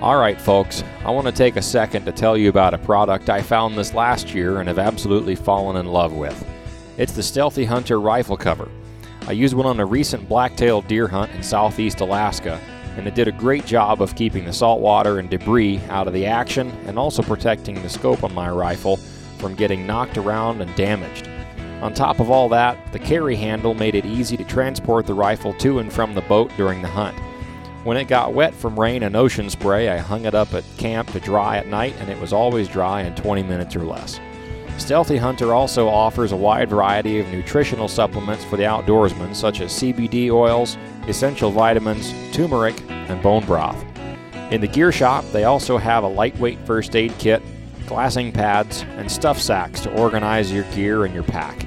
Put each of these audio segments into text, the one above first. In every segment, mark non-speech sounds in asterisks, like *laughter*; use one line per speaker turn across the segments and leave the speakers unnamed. All right, folks, I want to take a second to tell you about a product I found this last year and have absolutely fallen in love with. It's the Stealthy Hunter rifle cover. I used one on a recent black-tailed deer hunt in southeast Alaska, and it did a great job of keeping the saltwater and debris out of the action and also protecting the scope on my rifle from getting knocked around and damaged. On top of all that, the carry handle made it easy to transport the rifle to and from the boat during the hunt. When it got wet from rain and ocean spray, I hung it up at camp to dry at night, and it was always dry in 20 minutes or less. Stealthy Hunter also offers a wide variety of nutritional supplements for the outdoorsman, such as CBD oils, essential vitamins, turmeric, and bone broth. In the gear shop, they also have a lightweight first aid kit, glassing pads, and stuff sacks to organize your gear and your pack.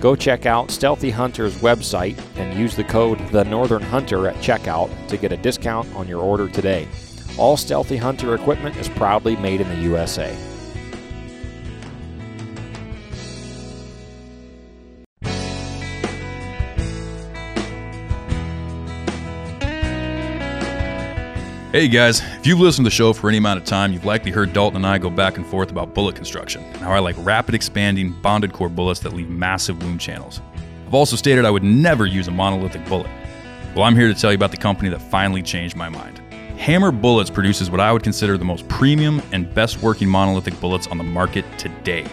Go check out Stealthy Hunter's website and use the code The Northern Hunter at checkout to get a discount on your order today. All Stealthy Hunter equipment is proudly made in the USA.
Hey guys, if you've listened to the show for any amount of time, you've likely heard Dalton and I go back and forth about bullet construction and how I like rapid expanding bonded core bullets that leave massive wound channels. I've also stated I would never use a monolithic bullet. Well, I'm here to tell you about the company that finally changed my mind. Hammer Bullets produces what I would consider the most premium and best working monolithic bullets on the market today.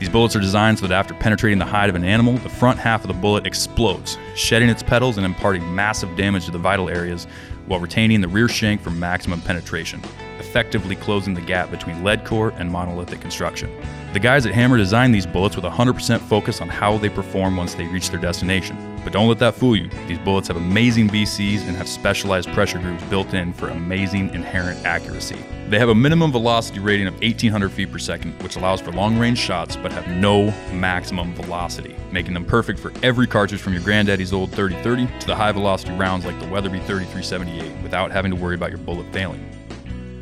These bullets are designed so that after penetrating the hide of an animal, the front half of the bullet explodes, shedding its petals and imparting massive damage to the vital areas while retaining the rear shank for maximum penetration, effectively closing the gap between lead core and monolithic construction. The guys at Hammer designed these bullets with 100% focus on how they perform once they reach their destination. But don't let that fool you. These bullets have amazing VCs and have specialized pressure grooves built in for amazing inherent accuracy. They have a minimum velocity rating of 1800 feet per second, which allows for long range shots but have no maximum velocity, making them perfect for every cartridge from your granddaddy's old 3030 to the high velocity rounds like the Weatherby 3378 without having to worry about your bullet failing.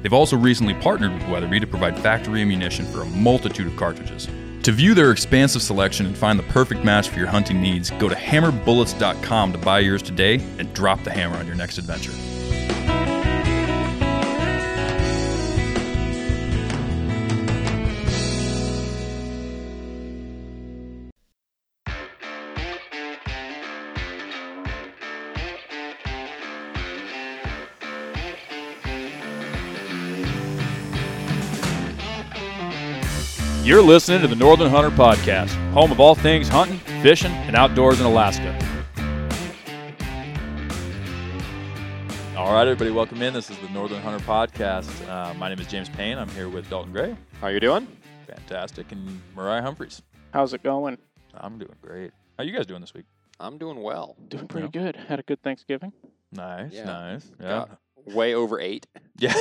They've also recently partnered with Weatherby to provide factory ammunition for a multitude of cartridges. To view their expansive selection and find the perfect match for your hunting needs, go to hammerbullets.com to buy yours today and drop the hammer on your next adventure.
You're listening to the Northern Hunter Podcast, home of all things hunting, fishing, and outdoors in Alaska. All right, everybody, welcome in. This is the Northern Hunter Podcast. Uh, my name is James Payne. I'm here with Dalton Gray.
How you doing?
Fantastic. And Mariah Humphreys.
How's it going?
I'm doing great. How you guys doing this week?
I'm doing well.
Doing pretty good. Had a good Thanksgiving.
Nice,
Yeah.
nice. Yeah.
Got Way over eight.
Yeah.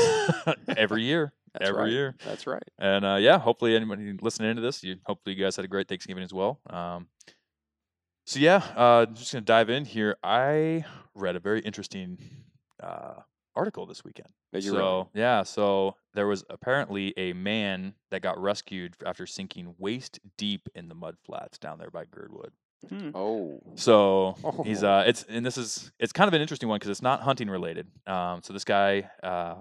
*laughs* Every year.
That's
Every
right.
year.
That's right.
And uh, yeah, hopefully anybody listening into this, you hopefully you guys had a great Thanksgiving as well. Um, so yeah, uh, just gonna dive in here. I read a very interesting uh, article this weekend.
Did you really?
so yeah, so there was apparently a man that got rescued after sinking waist deep in the mud flats down there by Girdwood.
Hmm.
Oh.
So
*laughs*
he's
Oh.
uh, it's and this is it's kind of an interesting one because it's not hunting related. Um, so this guy, uh,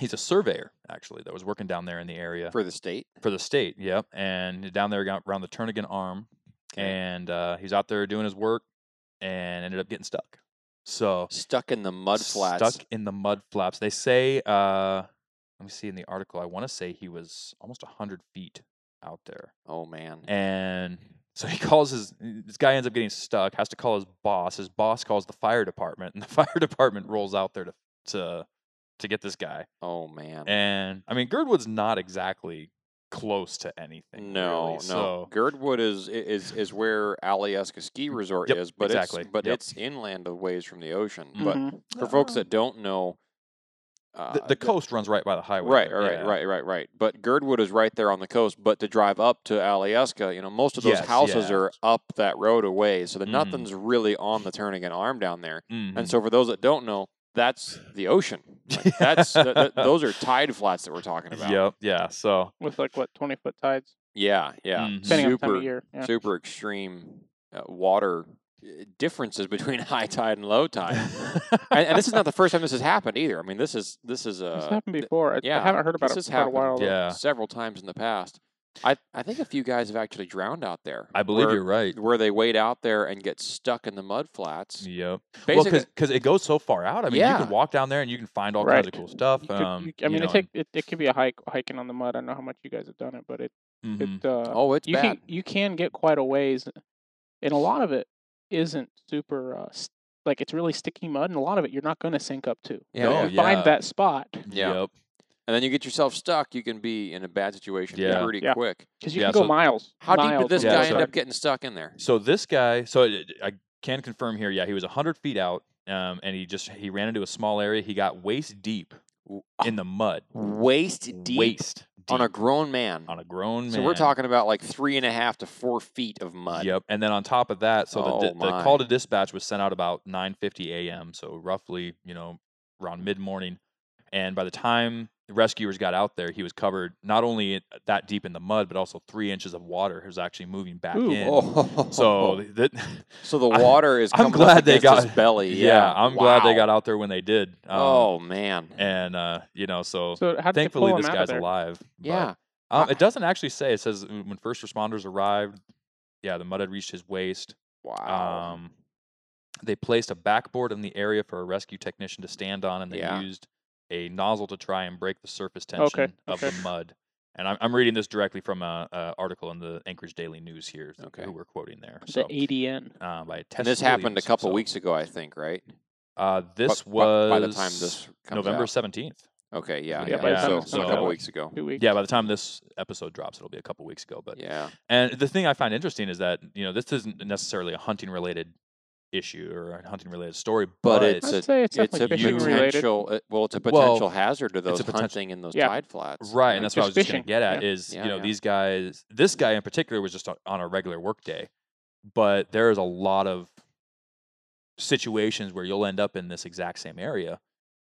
he's a surveyor actually that was working down there in the area
For the state.
for the state. Yep, and down there got- around the Turnagain Arm, and uh, he's out there doing his work, and ended up getting stuck. So
Stuck in the mud flats.
stuck in the mud flaps. They say, uh, let me see in the article. I want to say he was almost hundred feet out there,
Oh man.
and so he calls his. This guy ends up getting stuck. Has to call his boss. His boss calls the fire department, and the *laughs* fire department rolls out there to to to get this guy.
oh man.
And I mean, Girdwood's not exactly close to anything.
no,
really,
no.
So,
Girdwood is i- is is where Alyeska Ski Resort
Yep,
is, but
exactly.
it's but
Yep.
it's inland a ways from the ocean. But
Mhm.
for folks
Uh,
that don't know, uh,
the, the coast runs right by the highway.
Right,
there,
right,
yeah.
right, right, right. But Girdwood is right there on the coast. But to drive up to Alyeska, you know, most of those
Yes,
houses
yeah.
are up that road away, so that
Mhm.
nothing's really on the Turnagain Arm down there.
Mhm.
And so, for those that don't know, that's the ocean. Like, that's
*laughs*
th- th- those are tide flats that we're talking about.
Yep. Yeah. So
With like what twenty foot tides,
Yeah, yeah.
Mhm.
depending on the time
Super,
of year. Yeah.
super extreme uh, water differences between *laughs* high tide and
*laughs*
low
*laughs*
tide. and, and this is not the first time this has happened either. I mean, this is this is
It's
uh,
happened before. I,
yeah,
I haven't heard about
this
it
has
for quite a
happened.
while. though.
yeah,
several times in the past. I I think a few guys have actually drowned out there.
I believe
where,
you're right.
where they wade out there and get stuck in the mud flats.
Yep. Well,
Basically,
because it goes so far out. I mean, you
Yeah.
can walk down there and you can find all kinds of
Right.
cool stuff.
You could-
um,
you- I
you
mean,
know,
it, take, it it could be a hike hiking on the mud. I don't know how much you guys have done it, but it
and-
mm-hmm.
mhm.
it uh,
oh, it's
you
bad.
can you can get quite a ways, and a lot of it isn't super uh, s like it's really sticky mud, and a lot of it you're not going to sink up to.
Yeah, oh,
No,
yeah.
You Find
yeah.
that spot
Yeah.
Yep.
and then you get yourself stuck. You can be in a bad situation
Yeah.
pretty
Yeah.
quick.
because you
Yeah,
can go
so-
miles.
How deep
miles
did this
from
Yeah,
guy
the
end
so-
up getting stuck in there?
So this guy, so it, I can confirm here. Yeah, he was 100 feet out, um, and he just he ran into a small area. He got waist deep in the mud.
Waist ah, deep
Waist deep
on a grown man.
on a grown man.
So we're talking about like three and a half to four feet of mud.
Yep. And then on top of that, so the,
Oh,
di- the
my.
call to dispatch was sent out about 9:50 a.m. So roughly, you know, around mid morning. And by the time the rescuers got out there, he was covered not only in- uh, that deep in the mud, but also three inches of water was actually moving back
Ooh.
in.
*laughs* Oh, *laughs*
So that, *laughs*
so the
I-
water is.
I'm
coming up
glad they
against his
got-
belly.
*laughs* yeah, I'm glad they
Wow.
got out there when they did. Um,
oh man.
and uh, you know, so,
So how did
thankfully
they pull
this
him out of
guy's
there?
alive. but,
yeah.
um,
I-
it doesn't actually say. It says when first responders arrived, yeah, the mud had reached his waist.
Wow.
Um, they placed a backboard in the area for a rescue technician to stand on, and they
Yeah.
used a nozzle to try and break the surface tension of
okay.
the mud. And I'm, I'm reading this directly from a, a article in the Anchorage Daily News here, so
Okay.
who we're quoting there.
The
So,
ADN.
uh, by Tess
and this happened a
Williams,
couple
so,
weeks ago, I think, right?
Uh, this
Bu- bu-
was
by the time this comes
November
out.
seventeenth.
Okay, yeah,
Yeah,
yeah.
by the time
So,
this
so a
comes
couple
out.
weeks ago.
Two weeks.
Yeah, by the time this episode drops, it'll be a couple weeks ago. But
Yeah,
And the thing I find interesting is that you know this isn't necessarily a hunting related issue or a hunting related story,
but,
but,
it's
I'd
a
say it's
it's a
definitely fishing related.
potential. It, well, it's a
Well,
potential hazard to those
a potential-
hunting in those
Yeah.
tide flats.
Right, and that's what I was
just
just going to
fishing,
get at
yeah.
is
Yeah,
you know
yeah.
these guys. This guy in particular was just on, on a regular work day, but there is a lot of situations where you'll end up in this exact same area,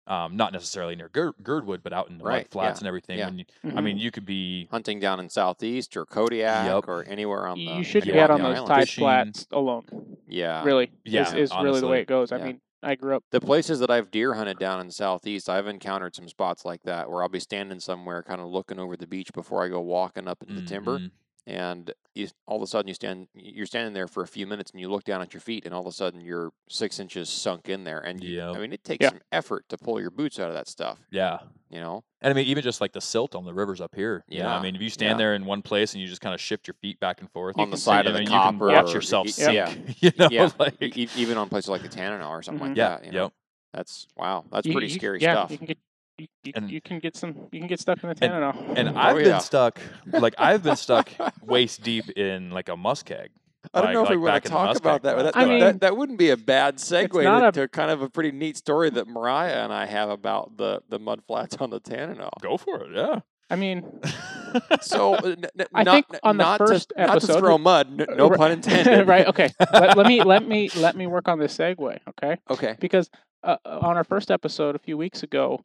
um, not necessarily near Gir- Girdwood, but out in the mud
Right, yeah,
flats and everything.
yeah.
When you, I
Mhm.
mean, you could be
hunting down in southeast or Kodiak
Yep.
or anywhere on the
you should
anywhere
get
yeah,
on
the
those
island.
tide
Fishing.
flats alone.
Yeah,
Really,
Yeah,
is, is really the
honestly.
way it goes. I
Yeah.
mean, I grew up.
the places that I've deer hunted down in southeast, I've encountered some spots like that where I'll be standing somewhere, kind of looking over the beach before I go walking up into the timber,
Mhm.
and you, all of a sudden you stand you're standing there for a few minutes and you look down at your feet and all of a sudden you're six inches sunk in there and you,
Yep.
i mean it takes
Yeah.
some effort to pull your boots out of that stuff
Yeah,
you know
and I mean even just like the silt on the rivers up here. you know, I
Yeah,
mean if you stand
yeah.
there in one place and you just kind of shift your feet back and forth
On
you
the
can see-
side
I
of the
mean,
copper
you can watch
or-
yourself
y-
sink. *laughs*
yeah.
you know,
yeah
like,
e- e- even on places like the tanana or something like
Mhm.
yeah,
that you know?
yep.
that's wow that's
you-
pretty
you-
scary
yeah,
stuff
You can get you, you,
And-
you can get some. You can get stuck in the
and-
Tanana.
And
Oh,
I've
yeah.
been stuck, like I've
*laughs*
been stuck waist deep in like a muskeg.
I
like-
don't know if we
like
want
back
to
in the
talk
Muskeg
about that, but that,
I
that-
mean,
that, that wouldn't be a bad segue
not
to,
a-
to kind of a pretty neat story that Mariah and I have about the, the mud flats on the
*laughs*
Tanana.
Go for it, yeah. *laughs*
*laughs*
I mean, *laughs*
So n- n-
I
not,
think on the
not
first
to, not to
episode-
throw mud, n- no
Right.
pun intended.
*laughs* right? Okay. Let, let me let me let me work on this segue, okay?
Okay.
Because uh, on our first episode a few weeks ago,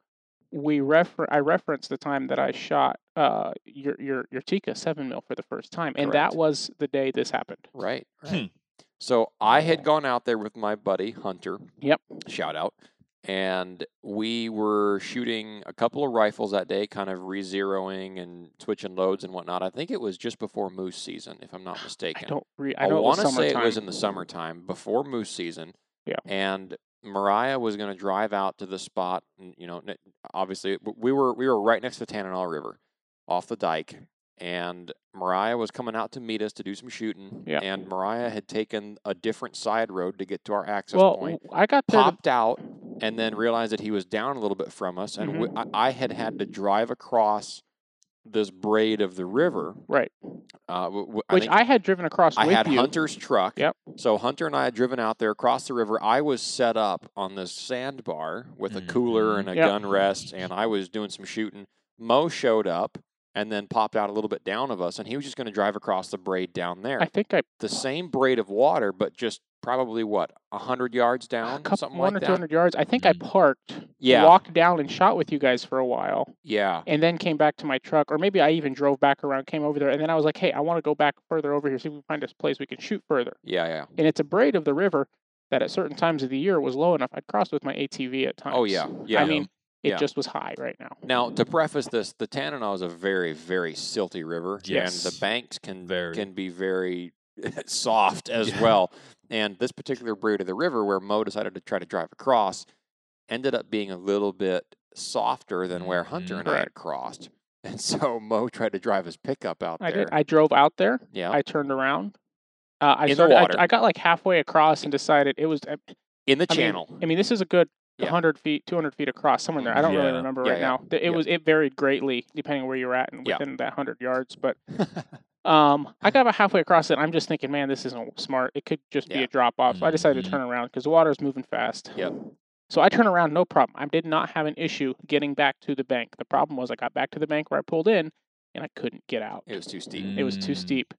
we refer I referenced the time that I shot uh, your your your Tika seven mil for the first time, and
Correct.
that was the day this happened.
Right.
Hmm.
right. So I had gone out there with my buddy Hunter.
Yep.
Shout out. And we were shooting a couple of rifles that day, kind of re-zeroing and switching loads and whatnot. I think it was just before moose season, if I'm not
*sighs* I
mistaken.
don't re- I know it was
want to say it
summertime.
was in the summertime before moose season.
Yeah.
And Mariah was going to drive out to the spot. And, you know, n- obviously w- we were we were right next to the Tanana River, off the dike, and Mariah was coming out to meet us to do some shooting.
Yeah.
And Mariah had taken a different side road to get to our access
well,
point.
I got there. to-
Popped out and then realized that he was down a little bit from us,
Mm-hmm.
and we, I, I had had to drive across this braid of the river.
Right,
Uh, w- w-
which
think-
I, had driven across
I
with
had
you.
Hunter's truck.
Yep.
So Hunter and I had driven out there across the river. I was set up on this sandbar with a cooler and a
Mm-hmm. Yep.
gun rest, and I was doing some shooting. Mo showed up and then popped out a little bit down of us, and he was just going to drive across the braid down there.
I think I
the same braid of water, but just probably what hundred yards down,
a couple,
something
one
like
or
that. Mm-hmm.
two hundred yards. I think I
Mhm.
parked,
Yeah.
walked down and shot with you guys for a while,
Yeah,
and then came back to my truck, or maybe I even drove back around, came over there, and then I was like, hey, I want to go back further over here, see if we can find this place we can shoot further.
yeah, yeah.
And it's a braid of the river that at certain times of the year was low enough. I'd cross with my ATV at times.
Oh yeah, yeah.
I mean, it
Yeah.
just was high right now.
now to preface this, the Tanana is a very, very silty river, and
Yes.
the banks can
Very.
can be very *laughs* soft as
Yeah.
well. And this particular breed of the river, where Mo decided to try to drive across, ended up being a little bit softer than where Hunter and I had
Correct.
crossed. And so Mo tried to drive his pickup out
I
there.
did. I drove out there.
yeah,
I turned around. Uh, I
In the
started.
water.
I, I got like halfway across and decided it was. eh, I
in the
I mean,
channel.
I mean, this is a good
Yeah.
100 feet, 200 feet across, somewhere in there. I don't
Yeah.
really remember
Yeah,
right
yeah,
now. Th- It
yeah.
was it varied greatly depending on where you were at and
Yeah.
within that 100 yards. But um, I got about halfway across it. and I'm just thinking, man, this isn't smart. It could just be
Yeah. Mm-hmm.
a drop off. So I decided
Mhm.
to turn around because the water is moving fast.
Yep.
So I turn around, no problem. I did not have an issue getting back to the bank. The problem was I got back to the bank where I pulled in, and I couldn't get out.
*laughs* it was too steep.
It was too
Mm.
steep,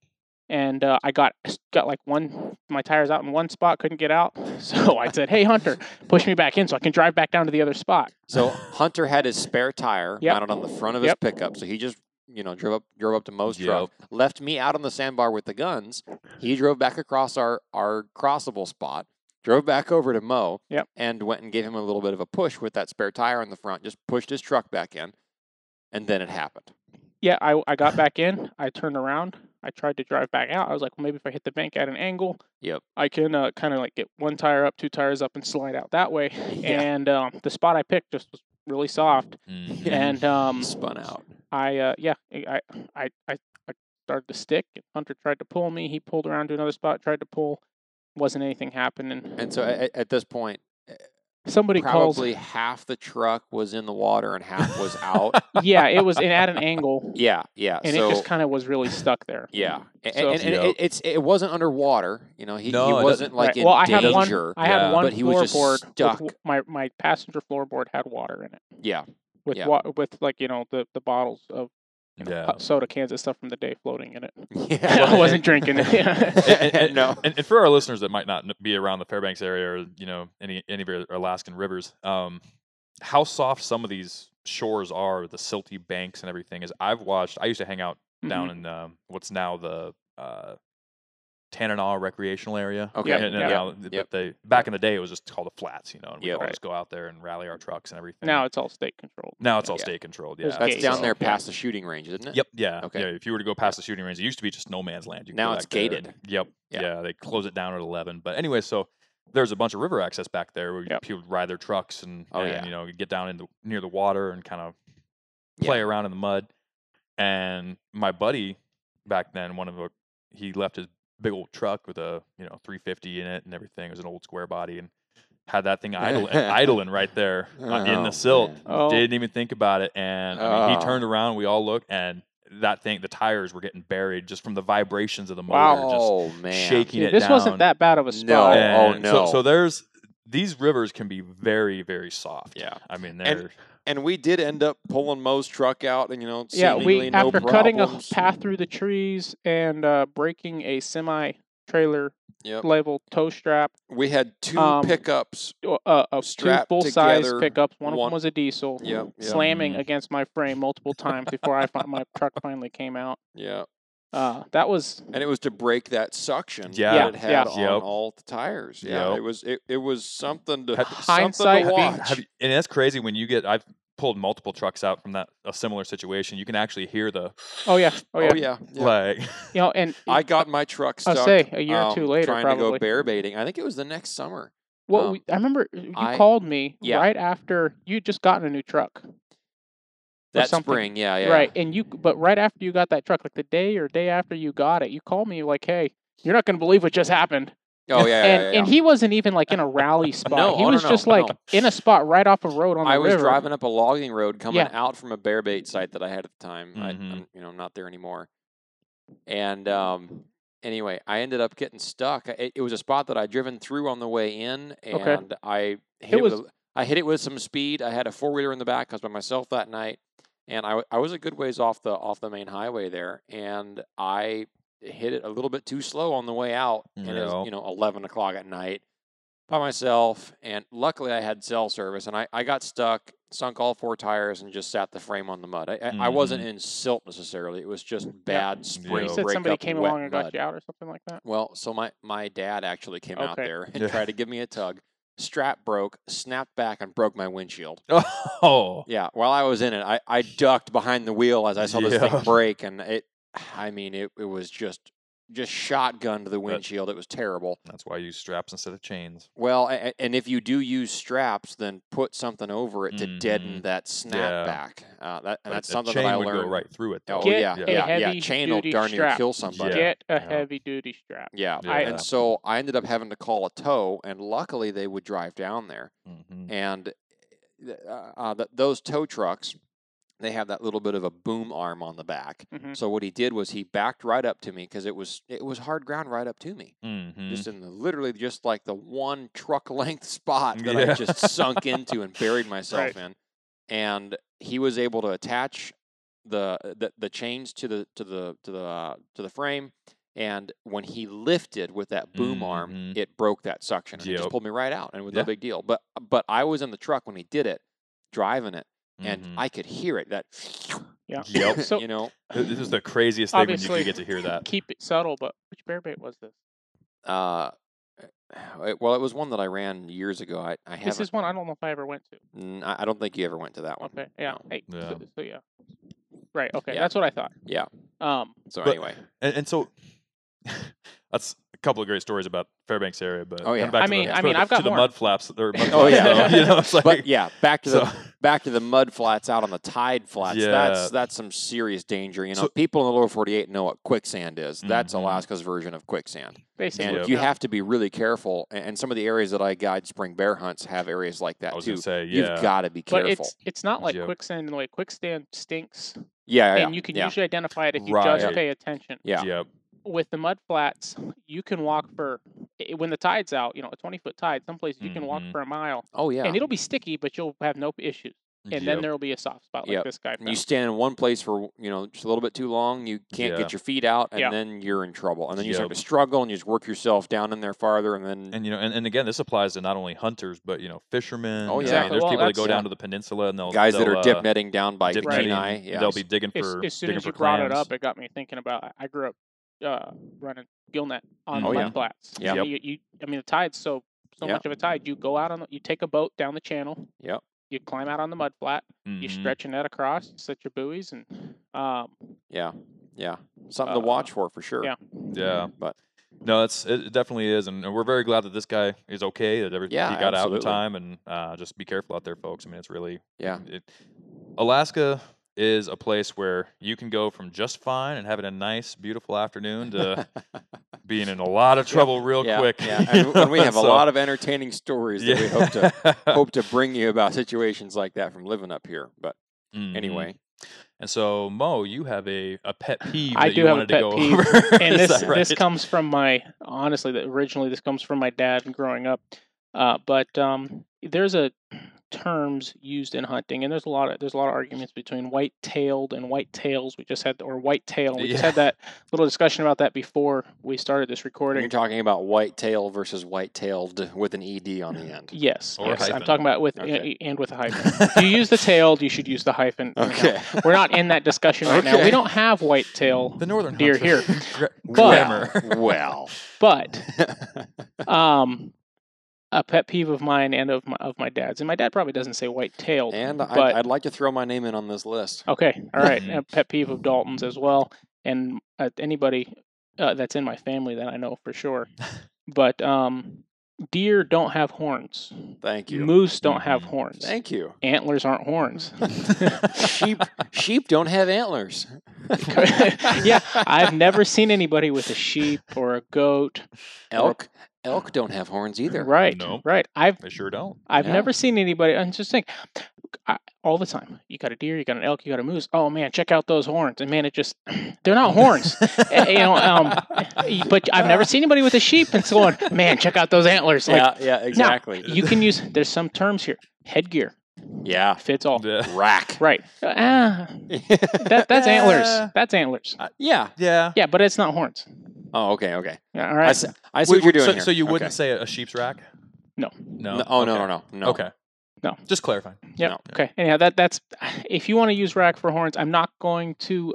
and uh, I got got like one my tires out in one spot, couldn't get out. *laughs* So I said, "Hey Hunter, push me back in so I can drive back down to the other spot." *laughs*
So Hunter had his spare tire
Yep.
mounted on the front of his
Yep.
pickup, so he just you know drove up drove up to Mo's
Yep.
truck, left me out on the sandbar with the guns. He drove back across our our crossable spot, drove back over to Mo,
Yep.
and went and gave him a little bit of a push with that spare tire on the front. Just pushed his truck back in, and then it happened.
Yeah, I I got back in. I turned around. I tried to drive back out. I was like, "Well, maybe if I hit the bank at an angle,
Yep.
I can uh, kind of like get one tire up, two tires up, and slide out that way."
*laughs* Yeah.
And um, the spot I picked just was really soft.
*laughs*
mm-hmm.
Mhm.
and um,
Spun out.
I uh, yeah, I I I, I started to stick. Hunter tried to pull me. He pulled around to another spot, tried to pull. Wasn't anything happening.
And so at, at this point,
somebody
probably *laughs* half the truck was in the water and half was out.
*laughs* calls. yeah, it was and at an angle,
yeah, yeah.
and
so
it just kind of was really stuck there.
Yeah, A-
Mm. So-
and, and,
Yeah.
it, it's it wasn't underwater. You know, he,
No, it
he
doesn't-
wasn't like
Right,
in
well, I had one.
danger.
I
yeah.
had one
But he was just
floorboard. with
stuck.
w- my my passenger floorboard had water in it
yeah,
with
Yeah.
wa- with like you know the the bottles of you know,
Yeah.
hot soda cans and stuff from the day
*laughs*
floating in it.
yeah.
*laughs* I wasn't drinking it.
and,
*laughs*
and-
no.
and, and for our listeners that might not kn- be around the Fairbanks area or you know any any of your Alaskan rivers, um, how soft some of these shores are, the silty banks and everything. Is I've watched. I used to hang out
*laughs*
down
Mm-hmm.
in um, what's now the uh, Tanana recreational area.
*laughs* Okay.
Yep,
And- and
yep,
now th-
Oh, yep.
but they back in the day it was just called the flats, you know, and we
Yep.
all just go out there and rally our trucks and everything.
Now it's all state controlled.
now it's all
Yeah.
state controlled. Yeah,
There's
That's
Okay,
down
so-
there
yeah.
past the shooting range, isn't it?
Yep. Yeah.
Okay.
Yeah, if you were to go past the shooting range, it used to be just no man's land. You could go
Now it's
back there and-
gated.
yep.
Yeah.
Yeah. They close it down at eleven. But anyway, so there's a bunch of river access back there where
Yep.
people would ride their trucks and,
Oh,
and,
yeah.
you know get down in the, near the water and kind of
Yeah.
play around in the mud. And my buddy back then, one of the, he left his big old truck with a you know 350 in it and everything. It was an old square body and had that thing
*laughs*
idling, idling right there uh, in
Oh,
the silt.
man.
Oh.
Didn't even think about it. And I mean,
Oh.
he turned around, we all looked, and that thing, the tires were getting buried just from the vibrations of the motor,
Wow.
Oh man.
just shaking
Yeah,
it
this wasn't
down.
that bad of a spot.
No. Oh, oh,
And so-
no.
So, there's these rivers can be very, very soft.
Yeah.
I mean,
And-
they're
And we did end up pulling Mo's truck out, and you know,
Yeah,
seemingly
we
no
after cutting a
problems.
path through the trees and uh, breaking a semi trailer
Yep.
level tow strap,
We had two
Um,
pickups.
uh, uh, two
Strapped
full size
together,
pickups. One, of
one- Mm-hmm.
them was a diesel.
Yep. Yep.
Slamming
Mm.
against my frame multiple times before I fi- my
*laughs*
truck finally came out.
Yeah.
Uh, that was
and it was to break that suction
Yeah.
that it had
Yeah.
on
Yep.
all the tires. Yeah,
Yep.
it was it, it was something to
Have-
something
Hindsight
to
being-
watch.
Have you- and that's crazy when you get. I've pulled multiple trucks out from that a similar situation. You can actually hear the
oh yeah oh yeah,
Oh yeah, yeah.
like.
you know and
I got my truck
I'll
stuck.
say a year or
um,
two later
trying
probably.
to go bear baiting. I think it was the next summer.
Well,
Um,
we, I remember uh, you
I-
called me
yeah.
right after you just gotten a new truck,
That
something.
spring, yeah, yeah.
right? And you, but right after you got that truck, like the day or day after you got it, you called me like, "Hey, you're not gonna believe what just happened."
Oh yeah,
and
yeah, yeah,
and
yeah.
he wasn't even
*laughs*
like in a rally spot.
No,
he
oh, no,
was
no,
just like
no.
in a spot right off a road on the
I was
river.
driving up a logging road coming
Yeah.
out from a bear bait site that I had at the time. I,
Mhm.
I'm, you know, I'm not there anymore. And um, anyway, I ended up getting stuck. I- It, it was a spot that I'd driven through on the way in, and
Okay.
I hit it, with
was-
a- I hit it with some speed. I had a four wheeler in the back. I was by myself that night, and I, w- I was a good ways off the off the main highway there, and I hit it a little bit too slow on the way out, and it
Yeah.
was you know eleven o'clock at night by myself. And luckily, I had cell service, and I, I got stuck, sunk all four tires, and just sat the frame on the mud. I, I, I wasn't
Mm-hmm.
in silt necessarily; it was just bad
You
spring
Mm, You
know,
said
breakup
somebody came
wet
along and
mud.
got you out or something like that.
Well, so my my dad actually came out
Okay.
there
*laughs*
and
Yeah.
tried to give me a tug. Strap broke, snapped back, and broke my windshield.
*laughs* Oh,
Yeah, while I was in it, I, I ducked behind the wheel as I saw this
*laughs*
Yeah.
thing break, and it, I mean, it, it was just just shotgun
Uh
to the windshield. It was terrible.
that's why you use straps instead of chains.
Well, a- a- and if you do use straps, then put something over it to deaden
Mhm.
that snap back. Uh, that, and
But
that's
a
something
chain
that I
would
learned.
go right through it.
Oh
Though.
Get
yeah,
a
yeah, yeah.
heavy
Chain will
duty
darn near
strap.
kill somebody.
Yeah.
Get a
Yeah.
heavy duty strap.
Yeah.
I-
And so I ended up having to call a tow, and luckily they would drive down there.
Mhm.
And th- uh, uh, th- those tow trucks, they have that little bit of a boom arm on the back.
Mhm.
So what he did was he backed right up to me because it was it was hard ground right up to me,
Mhm.
just in the, literally just like the one truck *laughs* length spot that I
Yeah.
just sunk into and
*laughs*
buried myself in. And he was able to attach the the, the chains to the to the to the uh, to the frame. And when he lifted with that boom arm,
Mhm.
it broke that suction and it just
Yep.
pulled me right out, and it was
Yeah.
no big deal. But but I was in the truck when he did it, driving it, and
Mhm.
I could hear it. That
Yeah.
Yep.
*laughs*
So- *laughs*
you know,
Mm-hmm. Th- this
*laughs*
is the craziest thing when you
Obviously.
do get to hear that.
Keep it subtle, but which bear bait was this?
Uh, *sighs* it- well, it was one that I ran years ago. I, I
This
haven't.
is one I don't know if I ever went to.
n- I I don't think you ever went to that one.
Okay. Yeah.
No.
Hey,
Yeah.
So, so yeah. Right. Okay.
Yeah.
That's what I thought.
Yeah.
Um.
So
But- *laughs*
anyway,
And, and so that's a couple of great stories about Fairbanks area. But
Oh, yeah.
kinda back
I
to the-
mean- I
to
mean,
the-
I've got
to the
more.
mud flaps. Or mud
*laughs* Oh,
flaps,
yeah.
though, *laughs* you know, it's like
but yeah, back to
so,
the back to the mud flats out on the tide flats.
Yeah.
That's that's some serious danger. You know,
So-
people in the lower forty-eight know what quicksand is. That's
Mhm.
Alaska's version of quicksand,
Basically.
and
Yep.
you
yeah.
have to be really careful. a- And some of the areas that I guide spring bear hunts have areas like
I
that
was
too.
gonna say yeah.
You've got to be
But
careful.
it's it's not like
Yep.
quicksand in the way quicksand stinks,
yeah, yeah,
and you can
yeah.
usually identify it if you
Right.
just pay attention.
yeah.
Yep.
With the mud flats, you can walk for i- when the tide's out. You know, a twenty foot tide. Some places you can walk
Mhm.
for a mile,
Oh yeah.
and it'll be sticky, but you'll have no issues. And then there will be a soft spot like
Yep.
this guy.
you
found.
stand in one place for you know just a little bit too long you can't
Yeah.
get your feet out and
Yeah.
then you're in trouble and then you start to
Yep.
struggle and you just work yourself down in there farther and then
and you know, and, and again, this applies to not only hunters but you know fishermen.
Oh,
I mean,
yeah.
there's
Well,
people that go
that's- uh,
down to the peninsula and they'll
guys that
they'll,
are
uh,
dip netting down by
dip
Right.
Kenai
netting,
yeah
They'll be digging
as,
for
as soon
digging
as
for
you brought it
clams.
up, it got me thinking about. I- I grew up uh, running gillnet on
Oh,
mud
yeah.
flats.
Yeah.
I mean, you, you, I mean the tide's so so
Yeah.
much of a tide. You go out on the, you take a boat down the channel.
Yep.
You climb out on the mud flat. You
Mhm.
stretch your net across. You set your buoys, and
*laughs*
um,
yeah yeah something
Uh,
to watch for for sure
yeah.
Yeah.
but
No, it's it definitely is, and we're very glad that this guy is okay. That everything
Yeah,
he got out in
absolutely.
time, and uh, just be careful out there, folks. I mean, it's really
yeah
it, Alaska is a place where you can go from just fine and having a nice, beautiful
*laughs*
afternoon to being in a lot of trouble real
yeah,
quick. *laughs*
yeah. And, and we have a lot of entertaining stories that we hope to
*laughs*
hope to bring you about situations like that from living up here but anyway
Mm-hmm. And so, Mo, you have a, a pet peeve.
I
that
do
you
have a
wanted
pet
to go *laughs*
peeve,
over.
and
Is
this
that
this
right?
comes from my honestly that originally this comes from my dad growing up, uh, but um, there's a terms used in hunting, and there's a lot of there's a lot of arguments between white tailed and white tails. We just had or white tail. We just
Yeah.
had that little discussion about that before we started this
you're
recording.
talking about white tail versus white tailed with an ed on the end
Yes,
Or
yes, I'm
hyphen.
talking about with uh,
Okay.
and with a hyphen. if you
*laughs*
use the tailed, you should use the hyphen. No,
okay *laughs*
We're not in that discussion right now.
Okay.
We don't have white tail,
the northern
deer
hunter.
here.
*laughs* Gra-
*laughs* But-
grammar.
well
but um, a pet peeve of mine and of my, of my dad's, and my dad probably doesn't say white tailed.
And I'd,
But-
I'd like to throw my name in on this list. *laughs*
Okay, all right.
Mhm.
A pet peeve
Mm-hmm.
of Dalton's as well, and uh, anybody uh, that's in my family that I know for sure. But um, deer don't have horns.
Thank you. Mm-hmm.
Moose don't have
Mhm.
horns.
Thank you.
Antlers
*laughs*
aren't horns. *laughs*
sheep sheep don't have antlers.
yeah, I've never seen anybody with a sheep or a goat.
elk elk don't have horns either.
Right,
No.
right. I've
I sure don't.
I've
Yeah.
never seen anybody. I'm just think I, all the time. You got a deer, you got an elk, you got a moose. Oh man, check out those horns! And man, it *clears throat* just—they're not horns, Eh, you know. Um, eh, but I've never seen anybody with a sheep and so on. Man, check out those antlers! Like
yeah, yeah, exactly.
you can use. There's some terms here. Headgear.
Yeah.
Fits
*laughs*
all.
The-
Rack.
Right. Ah,
*laughs*
that, that's antlers. That's antlers.
Uh, yeah.
yeah.
Yeah, but it's not horns.
Oh, okay, okay.
Yeah, All
I
right.
see, I see what you're doing
so,
here.
so you wouldn't
Okay.
say a a sheep's rack?
No.
No.
No, oh no,
Okay.
no, no, no.
Okay.
No.
Just clarifying.
Yep.
No.
Okay. Anyhow, that that's if you want to use rack for horns, I'm not going to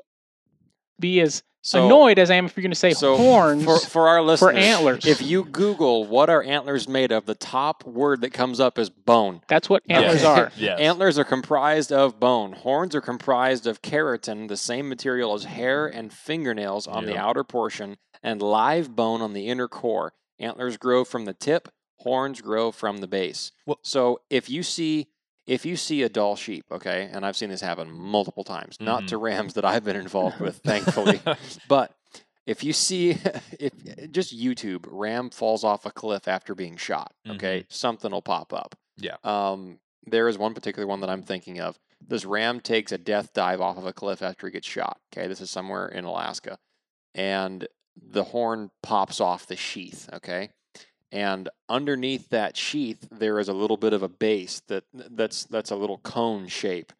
be as
So,
annoyed as I am if you're going to say
so
horns
for, for our
for
listeners,
antlers.
if you Google what are antlers made of, the top word that comes up is bone.
that's what antlers
Yeah.
are.
Yes.
Antlers are comprised of bone. Horns are comprised of keratin, the same material as hair and fingernails on the
Yeah.
outer portion, and live bone on the inner core. Antlers grow from the tip. Horns grow from the base.
Well-
so if you see if you see a doll sheep, okay, and I've seen this happen multiple times,
Mhm.
not
Mm-hmm.
to rams that I've been involved
*laughs*
with, thankfully, but if you see *laughs* if eh, just YouTube, ram falls off a cliff after being shot, okay, something will pop up.
Yeah.
Um, there is one particular one that I'm thinking of. This ram takes a death dive off of a cliff after he gets shot. Okay, this is somewhere in Alaska, and the horn pops off the sheath. Okay, and underneath that sheath there is a little bit of a base that that's that's a little cone shape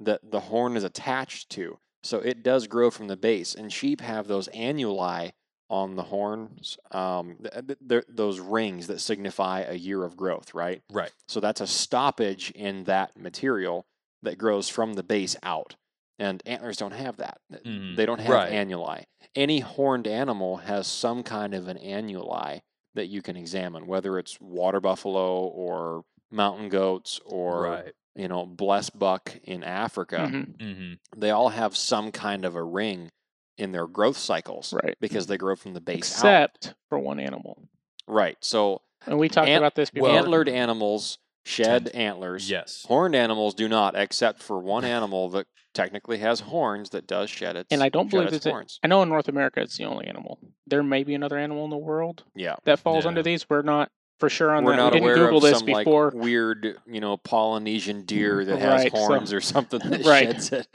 that the horn is attached to. So it does grow from the base, and sheep have those annuli on the horns, um, th- th- they're- those rings that signify a year of growth, right?
Right.
So that's a stoppage in that material that grows from the base out. And antlers don't have that. Th-
Mm-hmm.
Mhm.
They don't have
Mm, Right.
annuli. Any horned animal has some kind of an annuli that you can examine, whether it's water buffalo or mountain goats or
right.
you know blessed buck in Africa
Mhm.
Mm-hmm.
they all have some kind of a ring in their growth cycles
Right.
because they grow from the base out.
Except for one animal,
Right. So
and we talked
Ant-
about this before.
antlered animals shed
Tend-
antlers.
Yes.
Horned animals do not, except for
*laughs*
one animal that technically has horns that does shed its
And I don't
shed
believe
its
it's a-
horns.
I know in North America it's the only animal. There may be another animal in the world
Yeah.
that falls
Yeah.
under these. We're not for sure *laughs* on
We're
that.
not
we didn't
aware
Google
of
this
some
before.
like weird, you know, Polynesian
*laughs*
deer that has
Right, so-
horns or something that
*laughs* Right.
sheds it.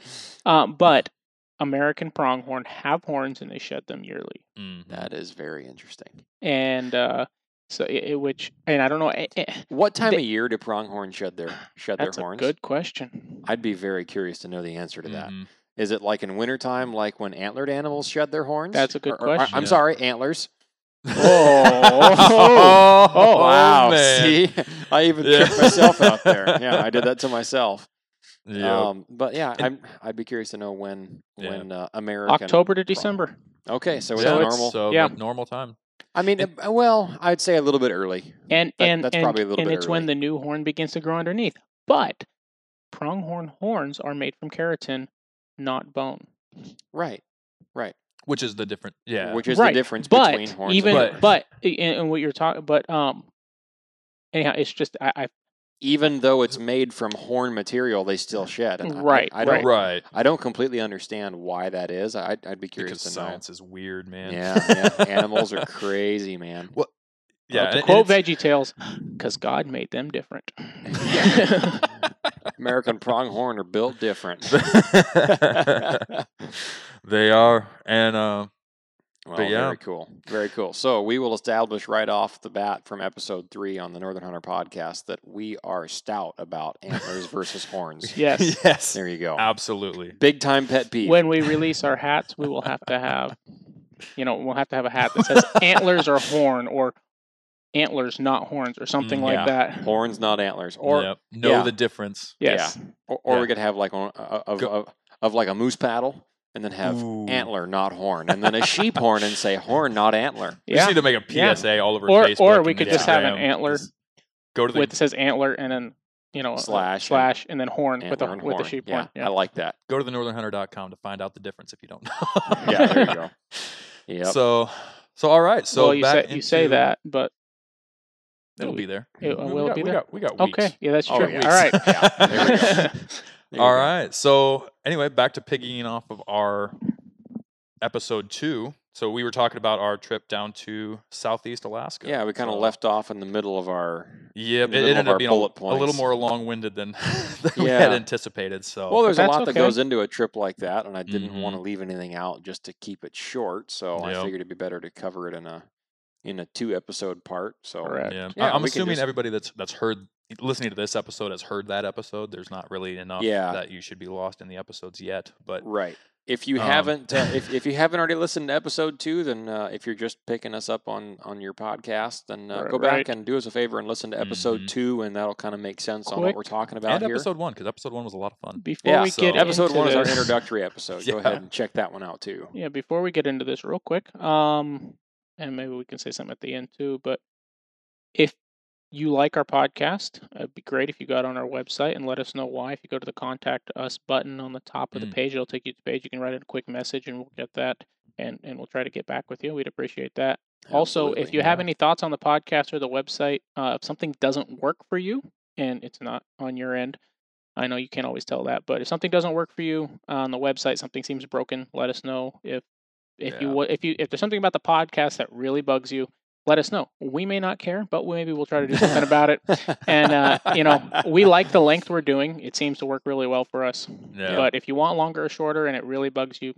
Um, but American pronghorn have horns and they shed them yearly.
Mm-hmm.
That
Mm.
is very interesting.
And uh, so, it, it- which, and I don't know. eh, eh,
What time
They-
of year do pronghorn shed their shed
that's
their horns?
a good question.
I'd be very curious to know the answer to
Mm-hmm.
*laughs* that. Is it like in wintertime, like when antlered animals shed their horns?
That's a good question.
I'm
Yeah.
sorry, antlers. *laughs*
Oh. *laughs* Oh,
wow!
man.
See, *laughs* I even
Yeah.
tripped myself out there.
*laughs*
Yeah, I did that to myself.
Yeah.
Um, but yeah,
And-
I'm, I'd be curious to know when
Yeah.
when uh, American
October to December.
Okay, so
So
it's
So it's-
normal.
So
yeah.
yeah. normal time.
I mean,
and-
uh, well, I'd say a little bit early.
And,
That-
and,
that's
and,
probably a little
and
bit
it's when
early.
the new horn begins to grow underneath. But pronghorn horns are made from keratin, not bone.
Right. Right.
Which is the different.
Yeah.
Which is
Right,
the difference
but
between horns
even,
and
antlers.
antlers.
but, and, and what you're talking, but, um, anyhow, it's just, I, I
even though it's made from horn material, they still shed. And I- I-
Right,
I, don't
right.
Right.
I don't completely understand why that is. I'd, I'd be curious
Because
to know.
science is weird, man.
Yeah,
*laughs*
yeah.
*laughs*
animals are uh, crazy, man.
Well,
Yeah,
Well,
and-
to
and
quote
it's-
Veggie Tales, because God made
*laughs*
them different. *laughs*
American pronghorn are built
*laughs*
different.
*laughs* they are, and *laughs* uh,
Well,
yeah.
very cool, very cool. So we will establish right off the bat from episode three on the Northern Hunter podcast that we are stout about antlers versus horns.
yes.
yes,
There you go.
Uh, Absolutely.
Big time pet peeve.
When we release our hats, we will have to have, you know, we'll have to have a hat that says antlers or horn or antlers, not horns or something
Mm,
like
yeah.
that.
horns, not antlers, or
Yep. know
yeah.
the difference.
Yes.
or, or we
Yeah.
could have like one uh, of,
Go-
of of like a moose paddle, and then have
Ooh.
antler, not horn, and then a sheep horn, and say horn, not antler.
We just
Yeah.
need to make
Yeah.
a PSA all over
Or-
Facebook.
or we
and
could just have an
Instagram.
antler
Just Go to the
With it says antler and then, you know, a
Slash and-
slash and, then horn with
Antler
the,
and
with the
horn.
sheep
yeah,
horn.
I like that.
Go to the northernhunter.com to find out the difference if you don't know.
Yeah, there you go. Yep.
So, so all right. So
well, you say,
back
you say
into-
that, but
It'll be
we-
there. Mm-hmm.
it- will
we
it
got,
be
we
there?
Got, we got weeks.
Okay. Yeah, that's
Oh,
true.
yeah.
*laughs*
All right.
Yeah,
*laughs*
there There you
All
go.
right. So anyway, back to piggying off of our episode two. So we were talking about our trip down to Southeast Alaska.
Yeah, we kind of
So-
left off in the middle of our.
Yep,
in
it
the middle of
ended
our
up being a,
bullet
a little
points.
more long-winded than, *laughs* than we had
Yeah.
anticipated. So
Well, there's a
Oh, that's
lot
okay. Mm-hmm.
that goes into a trip like that, and I didn't want to leave anything out just to keep it short. So I
Yep.
figured it'd be better to cover it in a in a two episode part. So
Correct.
yeah, I-
Yeah,
I'm
we can
assuming
just-
everybody that's that's heard listening to this episode has heard that episode, there's not really enough
Yeah.
that you should be lost in the episodes yet. But
Right. If you
Um,
haven't, uh, if, if you haven't already listened to episode two, then uh, if you're just picking us up on on your podcast, then uh,
Right,
go back
right. Mm-hmm.
and do us a favor and listen to episode
Mhm.
two, and that'll kind of make sense on what we're
Quick.
talking about
and
here.
episode one, because episode one was a lot of fun.
Before
yeah,
we
so-
get
episode
into
one is our
this-
introductory
*laughs*
episode. Go
Yeah.
ahead and check that one out too.
Yeah, before we get into this real quick, um, and maybe we can say something at the end too, but if you like our podcast, it'd be great if you got on our website and let us know why. If you go to the contact us button on the top of the
Mm.
page, it'll take you to the page. You can write in a quick message and we'll get that and, and we'll try to get back with you. We'd appreciate that. Also, if
Absolutely,
you have
yeah.
any thoughts on the podcast or the website, uh, if something doesn't work for you and it's not on your end, I know you can't always tell that, but if something doesn't work for you on the website, something seems broken, let us know. If if you
Yeah.
wa- if you if there's something about the podcast that really bugs you, let us know. We may not care, but we, maybe we'll try to do something about it. And uh, you know,
*laughs*
we like the length we're doing. It seems to work really well for us.
Yeah.
But if you want longer or shorter, and it really bugs you,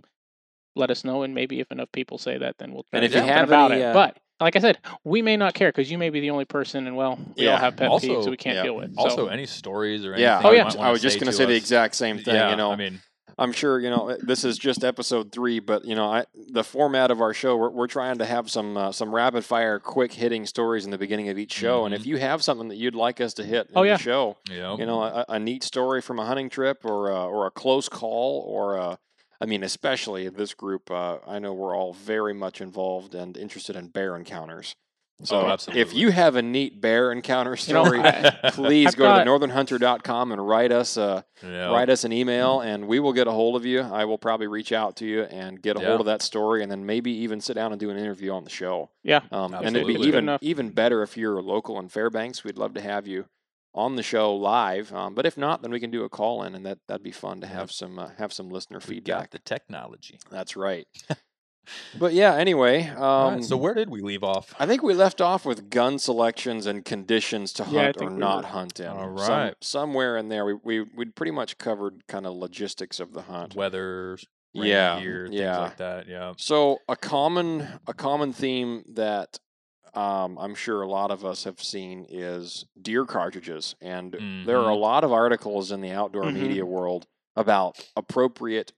let us know. And maybe if enough people say that, then we'll try
And
to
if
do
you
something
have
about
any,
it.
uh,
But like I said, we may not care because you may be the only person, and well, we all
Yeah.
have pet
Also-
peeves that we can't
yeah.
deal with. So-
Also, any stories or anything?
yeah,
Oh,
you
yeah.
might
I
wanna
was just going to
to
say the
us.
exact same thing.
Yeah,
you know,
I mean,
I'm sure you know this is just episode three, but you know I, the format of our show we're, we're trying to have some uh, some rapid fire, quick hitting stories in the beginning of each show. And if
Mm-hmm.
you have something that you'd like us to hit in
Oh, yeah.
the show,
you know,
you
*laughs*
know a, a neat story from a hunting trip or a, or a close call or a, I mean especially this group, uh, I know we're all very much involved and interested in bear encounters. So if
Oh, absolutely.
you have a neat bear encounter
You know,
story.
I-
Please
I've
go
got-
to northernhunter.com and write us a,
*laughs* yeah.
write us an email and we will get a hold of you. I will probably reach out to you and get a
Yeah.
hold of that story and then maybe even sit down and do an interview on the show.
Yeah.
Um, and it'd be
Absolutely.
even,
Enough.
even better if you're local in Fairbanks. We'd love to have you on the show live. Um, but if not, then we can do a call in and that, that'd be fun to
Yeah.
have some, uh, have some listener
We got
feedback.
the technology.
That's
*laughs*
right. but yeah, anyway, um,
All right, so where did we leave off?
I think we left off with gun selections and conditions to
Yeah, I
hunt or
think we
not
were.
hunt in.
All
Some-
right.
somewhere in there, we, we we'd pretty much covered kind of logistics of the hunt.
Weather, rain
yeah,
gear, things
yeah.
like that. Yeah.
So a common a common theme that um, I'm sure a lot of us have seen is deer cartridges, and there
Mm-hmm.
are a lot of articles in the outdoor
Mhm.
media world about appropriate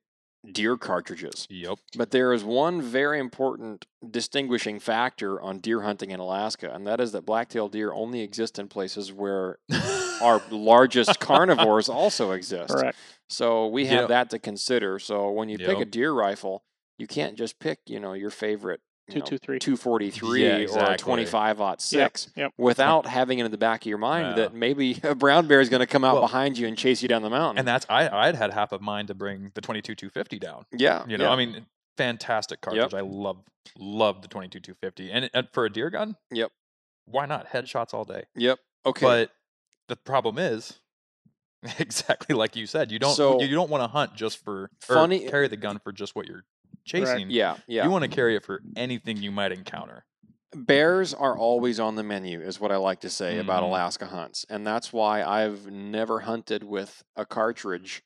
deer cartridges.
Mm-hmm. Yep.
But there is one very important distinguishing factor on deer hunting in Alaska, and that is that blacktail deer only exist in places where
*laughs*
our largest carnivores
*laughs*
also exist.
Correct.
So we have
Yep.
that to consider. So when you pick a
Yep.
deer rifle, you can't just pick, you know, your favorite you
Two,
know,
two, three.
243
Yeah,
or a
exactly.
25 odd 6
yep. *laughs*
without having it in the back of your mind
Yeah.
that maybe a brown bear is going to come out
Well-
behind you and chase you down the mountain.
And that's I I'd had half of mine to bring the 22 250 down.
yeah.
You know,
yeah.
I mean, fantastic cartridge. I love love the 22 250. And, and for a deer gun,
Yep.
Why not headshots all day?
yep. Okay.
But the problem is *laughs* exactly like you said, you don't
So-
you don't want to hunt just for or
Funny-
carry the gun for just what you're chasing.
yeah. Yeah.
You want to carry it for anything you might encounter.
bears are always on the menu is what i like to say about
Mhm.
alaska hunts and that's why i've never hunted with a cartridge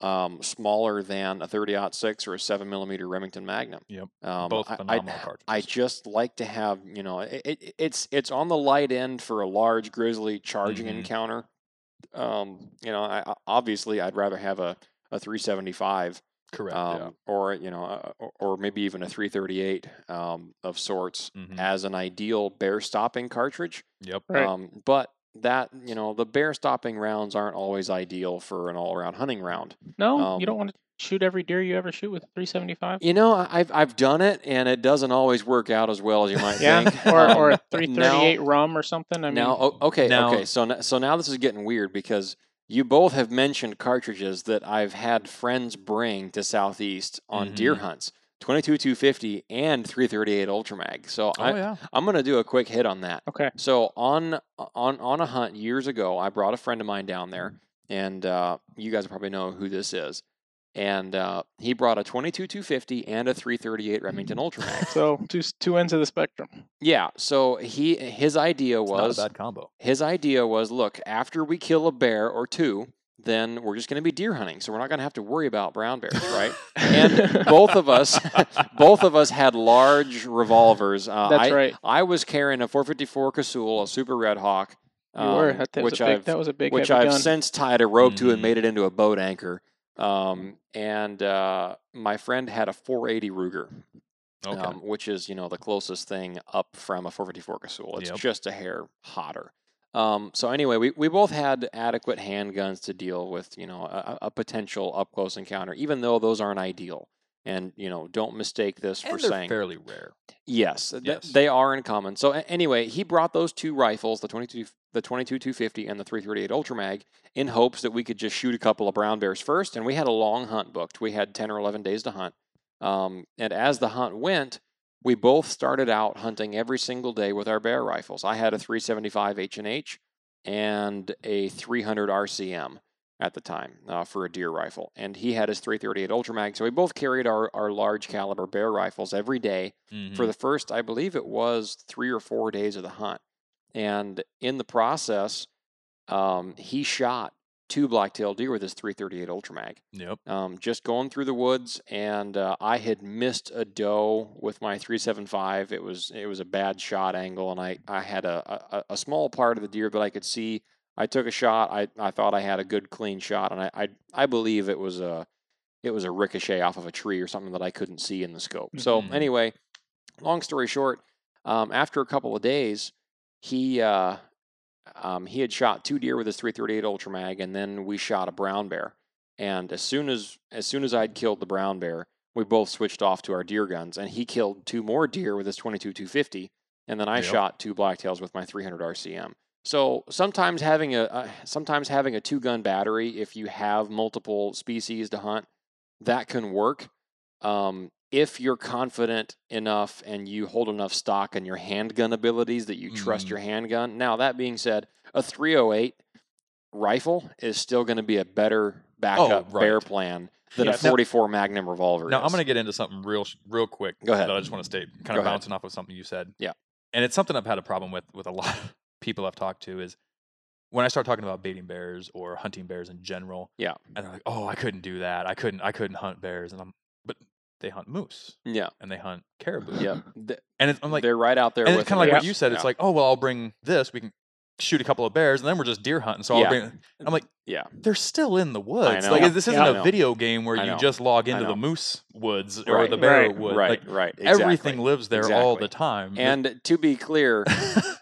um, smaller than a 30-06 or a 7 millimeter remington magnum
Yep.
um,
Both
I- I-
phenomenal cartridges.
I just like to have, you know, it, it, it's it's on the light end for a large grizzly charging
Mhm.
encounter. Um, you know, I, I- obviously I'd rather have a a 375
correct.
um, or you know, uh, or, or maybe even a 338 um, of sorts
yeah. Mhm.
as an ideal bear stopping cartridge.
Yep.
Right.
Um, but that you know, the bear stopping rounds aren't always ideal for an all around hunting round.
No,
Um,
you don't want to shoot every deer you ever shoot with 375.
You know, I- I've I've done it, and it doesn't always work out as well as you might think.
Yeah, *laughs*
*laughs*
or,
Um,
or a 338 rum or something. I mean,
now, o- okay,
Now-
okay. So, n- so now this is getting weird because you both have mentioned cartridges that I've had friends bring to Southeast on deer
Mhm.
Mm-hmm.
hunts. 22 250 and 338 Ultramag. So
Oh
I,
yeah.
I'm going to do a quick hit on that.
okay,
So on on on a hunt years ago, I brought a friend of mine down there,
Mm-hmm.
and uh, you guys probably know who this is. And uh, he brought a 22 250 and a 338 Remington
Mm.
Ultramag.
so two s- two ends of the spectrum.
yeah. So he his idea
It's
was
not a
*laughs*
bad combo. *laughs*
his idea was look after we kill a bear or two then we're just going to be deer hunting so we're not going to have to worry about brown bears
*laughs*
right
*laughs*
and both of us *laughs* both of us had large revolvers uh,
That's
I,
right.
I was carrying a 454 Casull, a super red hawk
You were.
um,
That, that was
which
a big,
I've
that was a big
which
heavy
I've
gun.
since tied a rope to
Mhm.
and made it into a boat anchor.
Mm-hmm.
Um, and uh, my friend had a 480 Ruger,
Okay.
um, which is you know the closest thing up from a 454 Casull. It's
Yep.
just a hair hotter. Um, so anyway, we, we both had adequate handguns to deal with you know a, a a potential up close encounter, even though those aren't ideal. And you know, don't mistake this for
and they're
saying
fairly rare.
Yes, th-
Yes.
they are in common. So a- anyway, he brought those two rifles, the 22 the 22 250 and the 338 Ultra Mag, in hopes that we could just shoot a couple of brown bears first, and we had a long hunt booked. We had 10 or 11 days to hunt. Um, and as the hunt went, we both started out hunting every single day with our bear rifles. I had a 375 H&H and a 300 RCM at the time uh, for a deer rifle. And he had his 338 Ultra Mag. So we both carried our, our large caliber bear rifles every day
Mm-hmm.
for the first, I believe it was three or four days of the hunt. And in the process, um, he shot two black-tailed deer with his 338 Ultramag.
yep.
Um, just going through the woods, and uh, I had missed a doe with my 375. It was it was a bad shot angle, and I I had a a, a small part of the deer that I could see. I took a shot. I, I thought I had a good clean shot, and I, I I believe it was a it was a ricochet off of a tree or something that I couldn't see in the scope. So
Mhm.
anyway, long story short, um, after a couple of days, he uh, um, he had shot two deer with his 338 Ultra Mag, and then we shot a brown bear. And as soon as as soon as I'd killed the brown bear, we both switched off to our deer guns, and he killed two more deer with his 22 250, and then I
Yep.
shot two blacktails with my 300 RCM. So sometimes having a uh, sometimes having a two gun battery, if you have multiple species to hunt, that can work. Um, if you're confident enough and you hold enough stock in your handgun abilities that you trust
Mhm.
your handgun. Now that being said, a 308 rifle is still going to be a better backup bear
Oh, right.
plan than
Yeah,
a
now-
44 Magnum revolver.
Now
is.
I'm going to get into something real, sh- real quick.
Go ahead.
That I just want to state, kind
Go
of
ahead.
bouncing off of something you said.
Yeah.
And it's something I've had a problem with with a lot of *laughs* people I've talked to is when I start talking about baiting bears or hunting bears in general.
Yeah.
And they're like, "Oh, I couldn't do that. I couldn't. I couldn't hunt bears." And I'm, but they hunt moose
yeah,
and they hunt caribou.
yeah,
*clears throat*
Th-
And it's, I'm like,
they're right out there.
and
with
it's kind
it.
of like what
Yeah.
you said. It's
Yeah.
like, oh well, I'll bring this. We can shoot a couple of bears, and then we're just deer hunting. So I'll
Yeah.
bring. I'm like,
Yeah.
they're still in the woods.
know.
Like
Yeah.
this
Yeah.
isn't
I
a
know.
video game where
I
you
know.
just log
I
into the
know.
moose woods or
Right.
the bear
Right.
woods.
right,
Like
right,
everything
exactly.
lives there all the
Exactly.
time. *laughs*
And to be clear,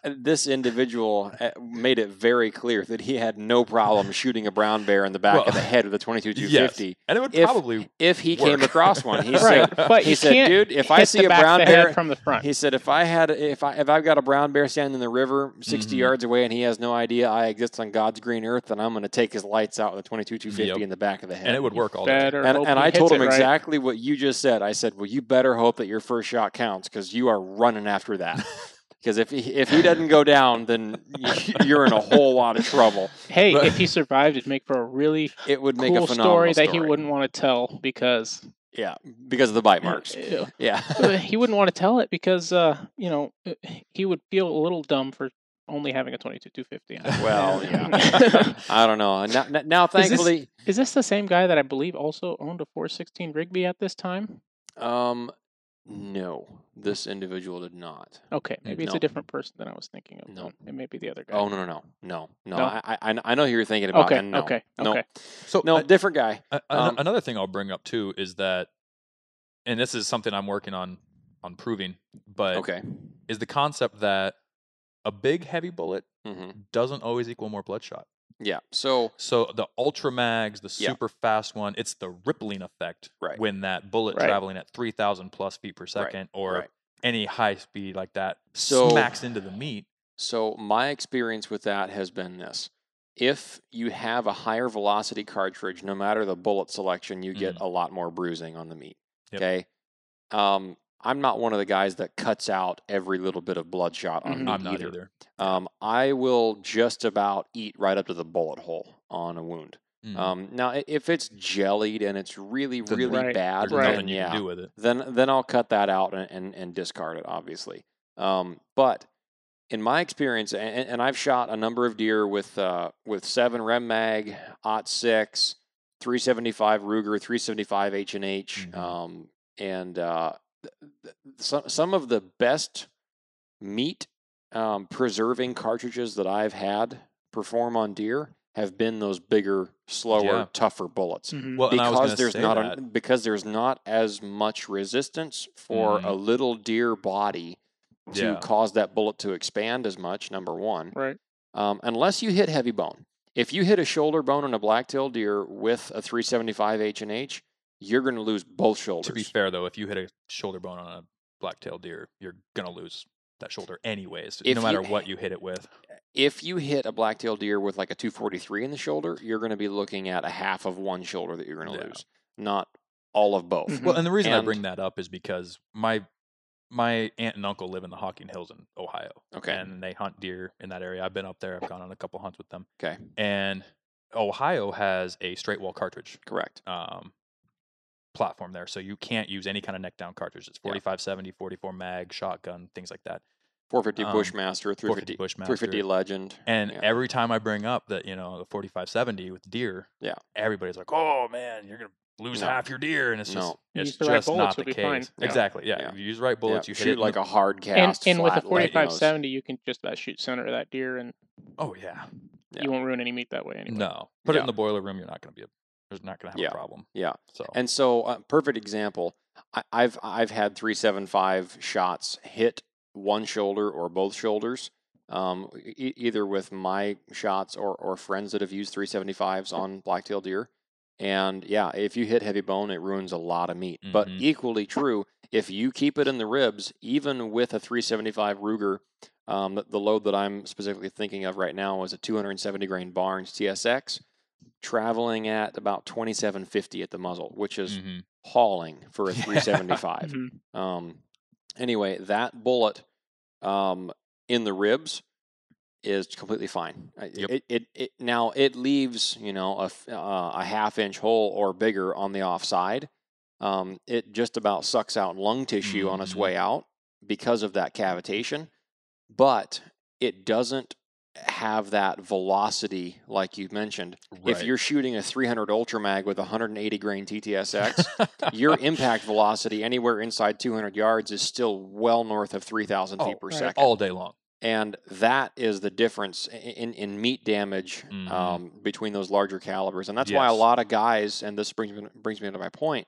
this individual uh, made it very clear that he had no problem shooting a brown bear in the back of the
Well,
head with a 22 250
and it would
if-
probably
if he came
Work.
across one. He
*laughs* right,
said,
but
he
you
said,
can't
dude, if I
hit
see
the
a
back of
brown
the head
bear,
from the front,
he said, if I had, if I, if I've got a brown bear standing in the river 60
Mhm.
yards away and he has no idea I exist on God's green earth, then I'm going to take his lights out with a 22 250
Yep.
in the back of the head.
and it would work all the time. *laughs*
better.
And,
hope
and
he
I
hits
told
it
him
right.
exactly what you just said. I said, "Well, you better hope that your first shot counts because you are running after that. *laughs* Because if he, if he doesn't go down, then y- you're in a whole lot of trouble.
Hey,
But-
if he survived, it'd make for a really
It would *laughs* make
cool
a phenomenal story,
story that he wouldn't want to tell because
Yeah, because of the bite marks.
Uh,
Yeah,
*laughs*
*laughs*
uh, he wouldn't want to tell it because uh, you know uh, he would feel a little dumb for only having a 22
*laughs*
250.
Well,
yeah.
I don't know. Now, now- now
this-
thankfully,
*laughs* Is this the same guy that I believe also owned a 416 Rigby at this time?
um, no, this individual did not.
Okay, maybe it's
No.
a different person than I was thinking of.
No.
then. it may be the other guy.
Oh no, no, no, no, no.
No?
I, I I know who you're thinking about.
Okay,
and no,
okay,
no,
okay.
*laughs* So
no,
I-
different guy.
A- an-
Um,
another thing I'll bring up too is that, and this is something I'm working on on proving, but
Okay.
is the concept that a big heavy bullet
hmm
doesn't always equal more bloodshot.
Yeah. So
So the ultra mags, the
Yeah.
super fast one, it's the rippling effect
Right.
when that bullet
Right.
traveling at 3,000 plus feet per second or
right.
any high speed like that
So-
smacks into the meat.
So my experience with that has been this. If you have a higher velocity cartridge, no matter the bullet selection, you get a lot more bruising on the meat.
Mm. Yep.
Okay. Um, I'm not one of the guys that cuts out every little bit of bloodshot on
Mhm.
meat
Mm-hmm. I'm not
either.
either.
Um, I will just about eat right up to the bullet hole on a wound.
Mm.
Um, now, i- if it's jellied and it's really,
Then
really
Right,
bad,
There's
right.
then
nothing you
yeah,
can do with it.
then then I'll cut that out and, and, and discard it, obviously. Um, but in my experience, and, and I've shot a number of deer with uh, with seven Rem Mag, Ot six, 375 Ruger, 375 H and H,
Mhm.
um, and uh, th- th- some some of the best meat um, preserving cartridges that I've had perform on deer have been those bigger, slower,
Yeah.
tougher bullets.
Mm-hmm.
Well, and I was
Because
gonna
there's
say
not
that.
a, because there's not as much resistance for a little deer body to
Mm-hmm. Yeah.
cause that bullet to expand as much. Number one,
Right.
um, unless you hit heavy bone. If you hit a shoulder bone in a black-tailed deer with a 375 H and H, you're going to lose both shoulders.
To be fair, though, if you hit a shoulder bone on a black-tailed deer, you're gonna lose that shoulder anyways,
If you- Mm-hmm.
no matter what you hit it with.
if you hit a black-tailed deer with like a 243 in the shoulder, you're going to be looking at a half of one shoulder that you're going to
Yeah.
lose, not all of both.
Mhm.
Well, and the reason I bring
And-
that up is because my my aunt and uncle live in the Hocking Hills in Ohio.
Okay.
And they hunt deer in that area. I've been up there. I've gone on a couple hunts with them.
Okay.
And Ohio has a straight wall cartridge
Correct.
um, platform there, so you can't use any kind of neck down cartridge. It's
Yeah.
45, 70, 44 mag, shotgun, things like that.
450
Um,
Bushmaster,
450
350,
Bushmaster.
350 Legend.
And
yeah.
every time I bring up that you know the 45, 70 with deer,
Yeah.
everybody's like, "Oh man, you're gonna lose
No.
half your deer," and it's just
You
it's
use the right
just
bullets,
not the
it'll be
case.
fine. Yeah.
Exactly. Yeah.
Yeah.
If you use the right
Yeah,
bullets, you hit it
shoot
in
like
the-
a hard
And,
cast.
and with a
flat, light nose.
4570, you can just about shoot center of that deer, and
Oh yeah.
Yeah.
you won't ruin any meat that way anyway.
No. Put it
Yeah.
in the boiler room. You're not going to be. A, there's not going to have
Yeah.
a problem.
Yeah.
So.
And so, uh, perfect example. I, I've I've had three seven five shots hit one shoulder or both shoulders, um, e- either with my shots or or friends that have used three seventy fives on blacktail deer. And yeah, if you hit heavy bone, it ruins a lot of meat. But
Mm-hmm.
Mhm.
equally true, if you keep it in the ribs, even with a 375 Ruger, um, the- the load that I'm specifically thinking of right now is a 270 grain Barnes TSX, traveling at about 2750 at the muzzle, which is
Mhm.
hauling for a
Yeah.
375.
Mhm.
um, anyway, that bullet um, in the ribs is completely fine. I-
Yep.
It, it, it now it leaves you know a, f- uh, a half inch hole or bigger on the offside. Um, it just about sucks out lung tissue on its
Mhm.
way out because of that cavitation, but it doesn't have that velocity like you mentioned. If
Right.
you're shooting a 300 Ultra Mag with 180 grain TTSX,
*laughs*
your impact velocity anywhere inside 200 yards is still well north of 3,000 feet
Oh,
per
right.
second.
all day long.
And that is the difference i- in, in meat damage
Mhm.
um, between those larger calibers. And that's why a
Yes.
lot of guys, and this brings me, brings me to my point,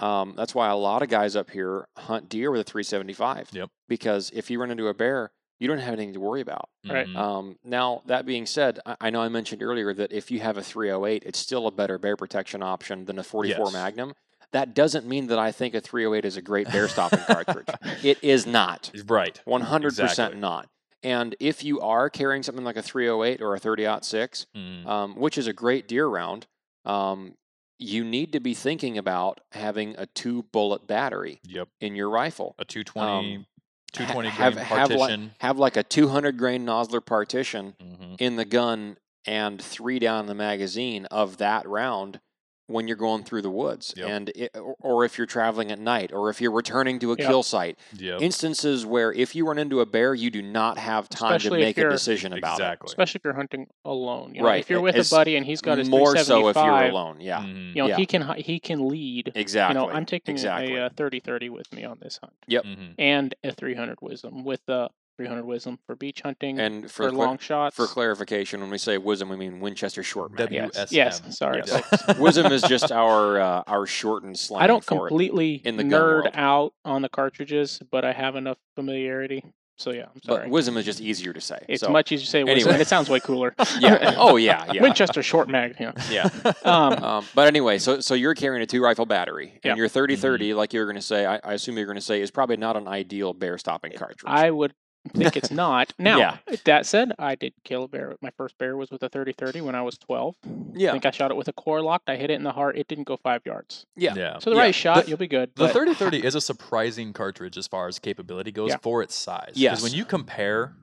um, that's why a lot of guys up here hunt deer with a 375.
Yep.
Because if you run into a bear, you don't have anything to worry about.
Right.
Mhm.
Um, now, that being said, I, I know I mentioned earlier that if you have a 308, it's still a better bear protection option than a 44
Yes.
Magnum. That doesn't mean that I think a 308 is a great bear stopping
*laughs*
cartridge. It is not.
right.
100%
Exactly.
not. And if you are carrying something like a 308 or a 30 6,
Mm.
um, which is a great deer round, um, you need to be thinking about having a two bullet battery
Yep.
in your rifle
A 220,
um, ha-
220
have-
grain
have like-
partition.
have like a 200 grain nozzler partition
Mhm.
in the gun and three down in the magazine of that round when you're going through the woods
Yep.
and it, or, or if you're traveling at night or if you're returning to a
Yep.
kill site
Yep.
instances where if you run into a bear you do not have time
Especially
to
if
make a
you're-
decision about
exactly.
especially if you're hunting alone. You know,
Right,
If you're with
it's
a buddy and he's got
it
his
more so if you're
375,
alone yeah
Mhm.
You know,
Yeah.
he can hi- he can lead.
Mm. exactly
You know, I'm taking
exactly Mm-hmm.
a uh, 30-30 with me on this hunt,
Mhm.
and a 300 wisdom with the 300 wisdom for beach hunting
and
for,
for cla-
long shots.
for clarification when we say wisdom we mean winchester short mag.
*laughs*
W-
yes,
WSM.
yes. Sorry,
Yes.
wisdom is just our uh, our shortened slang
I don't
for it.
completely
in the gun world.
nerd out on the cartridges, but I have enough familiarity. So yeah, I'm
but
sorry.
wisdom is just easier to say
it's
so
much easier to say wisdom,
Anyway.
and it sounds way cooler.
*laughs*
*laughs*
yeah oh yeah yeah
Winchester short mag.
*laughs*
Yeah.
*laughs*
yeah
Um,
Um, but anyway, so so you're carrying a two rifle battery, and
Yeah.
your 30 30, like you're going to say, I, I assume you're going to say, is probably not an ideal bear stopping cartridge.
I would think it's not.
*laughs*
Now,
Yeah.
that said, I did kill a bear. My first bear was with a 30-30 when I was 12.
Yeah.
I think I shot it with a core locked. I hit it in the heart. It didn't go five yards.
yeah.
yeah.
So the
Oh, Yeah.
right shot,
The-
you'll be good.
The
but-
3030 is a surprising cartridge as far as capability goes
Yeah.
for its size.
Yes.
when you compare,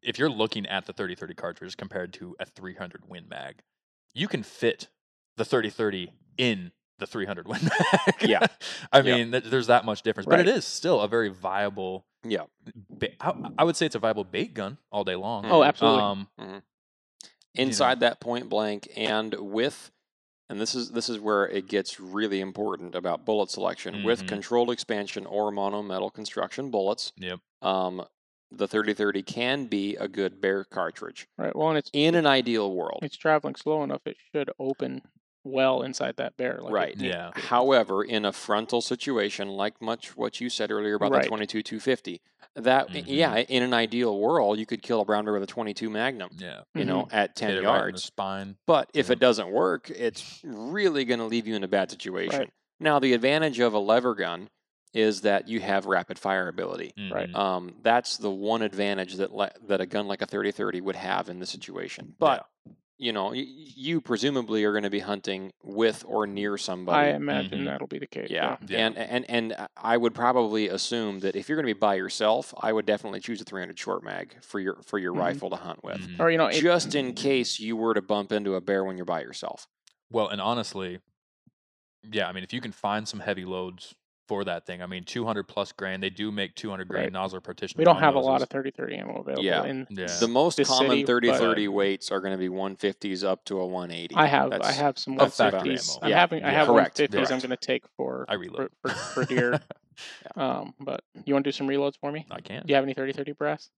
if you're looking at the 3030 cartridge compared to a 300 Win Mag, you can fit the 3030 in the 300 Win Mag.
Yeah.
*laughs* I
Yeah.
mean, th- there's that much difference, but it is still a very viable.
Yeah.
ba- I, I would say it's a viable bait gun all day long.
Oh, absolutely.
Um, you know.
Inside that point blank, and with, and this is this is where it gets really important about bullet selection with
Mhm.
controlled expansion or monometal construction bullets.
Yep.
Um, the 3030 can be a good bear cartridge.
Right. Well, and it's e,
In an ideal world,
it's traveling slow enough. It should open well inside that bear. Like it-
Right.
Yeah.
However, in a frontal situation, like much what you said earlier about
Right.
the 22 250, that eh,
Mhm.
yeah, in an ideal world, you could kill a brown bear with a 22 Magnum,
Yeah.
mm-hmm.
you know, at
Hit
10
it right in the
yards.
spine.
But if
Yeah.
it doesn't work, it's really going to leave you in a bad situation.
Right.
Now, the advantage of a lever gun is that you have rapid fire ability.
Right.
Mhm.
Um, that's the one advantage that le- that a gun like a 3030 would have in this situation. But you know, y- you presumably are going to be hunting with or near somebody.
I imagine
Mhm.
that'll be the case.
Mm-hmm. Yeah.
Yeah.
And and and I- I would probably assume that if you're going to be by yourself, I would definitely choose a 300 short mag for your for your
Mhm.
rifle to hunt with.
Mhm.
Or you know, it,
Just in case you were to bump into a bear when you're by yourself.
Well, and honestly, yeah, I mean, if you can find some heavy loads for that thing, I mean, 200 plus grain, they do make 200 grain
Right.
nozzler partition.
we don't have a lot of 30-30 ammo available.
Yeah.
And
Yeah.
The most
The
common
city,
30-30 weights are going to be 150s up to a 180.
I have I
That's-
have some
that's about
150s.
ammo.
I'm
Yeah.
having I
Yeah.
have
Correct.
150s. I'm
Correct.
going to take for
I reload.
for, for, for deer. um, but you want to do some reloads for me?
*laughs* I can.
Do you have any 30-30 brass?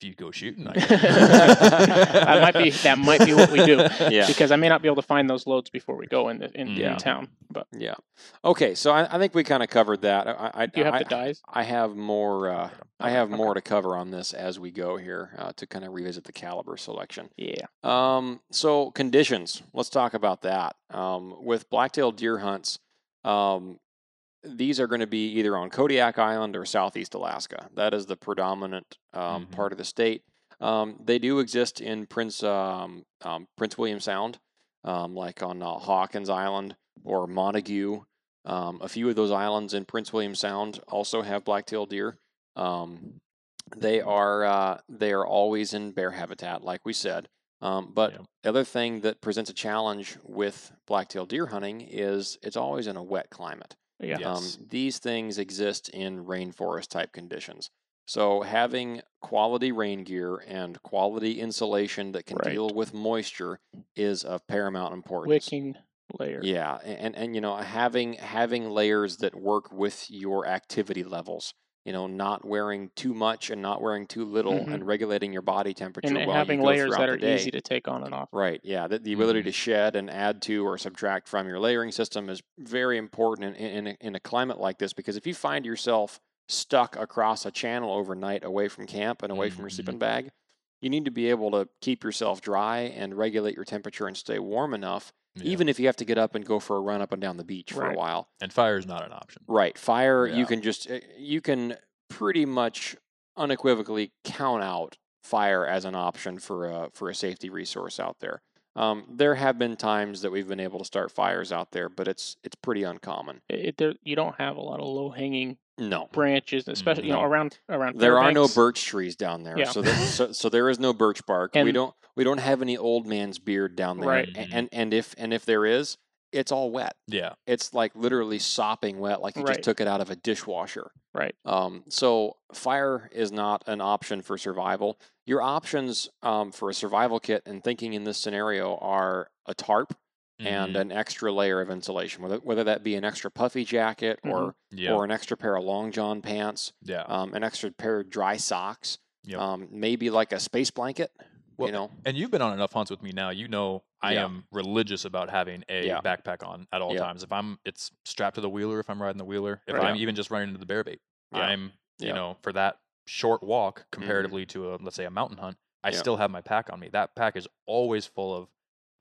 If you go shooting, I
*laughs* That might be- that might be what we
*laughs*
do.
Yeah.
Because I may not be able to find those loads before we go in the in,
Yeah.
in town. But
Yeah. Okay, so I, I think we kind of covered that. I, I,
do you have
I,
the dies?
I have more. Uh, I
Okay,
have
okay.
more to cover on this as we go here uh, to kind of revisit the caliber selection.
Yeah.
Um, so conditions. Let's talk about that. Um, with blacktail deer hunts, um, these are going to be either on Kodiak Island or Southeast Alaska. That is the predominant um,
Mhm.
part of the state. Um, they do exist in Prince um, um, Prince William Sound, um, like on uh, Hawkins Island or Montague. Um, a few of those islands in Prince William Sound also have blacktail deer. Um, they are uh, they are always in bear habitat, like we said. Um, but
Yep.
the other thing that presents a challenge with blacktail deer hunting is it's always in a wet climate.
Yeah.
Yeah. Yes.
Um, these things exist in rainforest type conditions. So having quality rain gear and quality insulation that can
Right.
deal with moisture is of paramount importance.
Wicking layer.
Yeah, a- and and you know having having layers that work with your activity levels. You know, not wearing too much and not wearing too little,
Mhm.
and regulating your body temperature
And, and
while
having
you go
layers
throughout
that
the
are
day.
easy to take on and off.
Right. Yeah. The, the ability
Mhm.
to shed and add to or subtract from your layering system is very important in, in, in, a, in a climate like this because if you find yourself stuck across a channel overnight away from camp and away from your
Mhm.
sleeping bag, you need to be able to keep yourself dry and regulate your temperature and stay warm enough,
Yeah.
even if you have to get up and go for a run up and down the beach for
Right.
a while.
and fire is not an option.
Right. Fire,
Yeah.
you can just, uh, you can pretty much unequivocally count out fire as an option for a, for a safety resource out there. Um, there have been times that we've been able to start fires out there, but it's, it's pretty uncommon.
It, it- there, you don't have a lot of low hanging
No.
branches, especially you know
no.
around around.
Mm-hmm. There are no
Fairbanks.
birch trees down there,
Yeah.
so,
*laughs*
that, so so there is no birch bark. we
And-
don't we don't have any old man's beard down there,
Right. Mm-hmm.
a- and and if and if there is, it's all wet.
Yeah.
it's like literally sopping wet, like you
Right.
just took it out of a dishwasher.
Right.
Um, so fire is not an option for survival. Your options um, for a survival kit and thinking in this scenario are a tarp and
Mhm.
an extra layer of insulation, whether whether that be an extra puffy jacket
Mhm.
or
Mm-hmm. yeah.
or an extra pair of long john pants,
yeah.
um, an extra pair of dry socks,
Yep.
um, maybe like a space blanket.
Well,
you know,
and you've been on enough hunts with me now. You know I
Yeah.
am religious about having a
Yeah.
backpack on at all
Yeah.
times. If I'm, it's strapped to the wheeler. If I'm riding the wheeler, if
Right.
I'm even just running into the bear bait,
Yeah.
I'm, you
Yeah. Mm-hmm.
know, for that short walk comparatively to a let's say a mountain hunt, I
Yeah.
still have my pack on me. That pack is always full of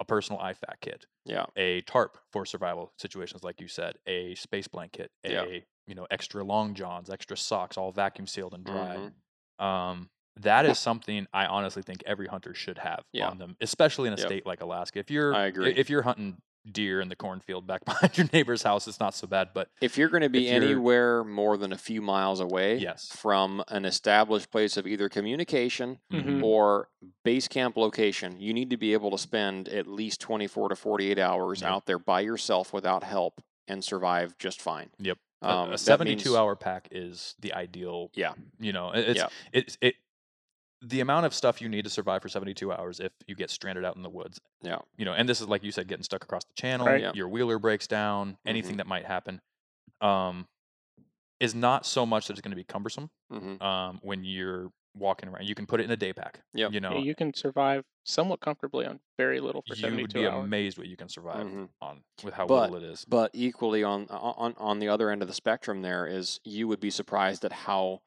a personal IFAC kit,
Yeah.
a tarp for survival situations, like you said, a space blanket, a
Yeah.
you know extra long johns, extra socks, all vacuum sealed and dry
Mhm.
um, that is something I honestly think every hunter should have
Yeah.
on them, especially in a
Yep.
state like Alaska. If you're,
I
i-
agree.
If you're hunting deer in the cornfield back *laughs* behind your neighbor's house, it's not so bad. But
If you're going to be
If you're-
anywhere more than a few miles away
Yes.
from an established place of either communication
Mm-hmm.
Mhm.
or base camp location, you need to be able to spend at least 24 to 48 hours
Yep.
out there by yourself without help and survive just fine.
Yep. a-
Um,
a,
that
72
means-
hour pack is the ideal.
Yeah.
You know, it- it's
Yeah.
it's it. The amount of stuff you need to survive for 72 hours if you get stranded out in the woods.
Yeah.
You know, and this is like you said, getting stuck across the channel,
Right.
Yeah. Mm-hmm.
your wheeler breaks down, anything that might happen. Um, is not so much that it's going to be cumbersome
hmm
um, when you're walking around. You can put it in a day pack.
Yep.
You know,
you can survive somewhat comfortably on very little for
you would
72
be
hours.
amazed what you can survive
Mhm.
on with how
But-
little it is.
But equally on on on the other end of the spectrum, there is you would be surprised at how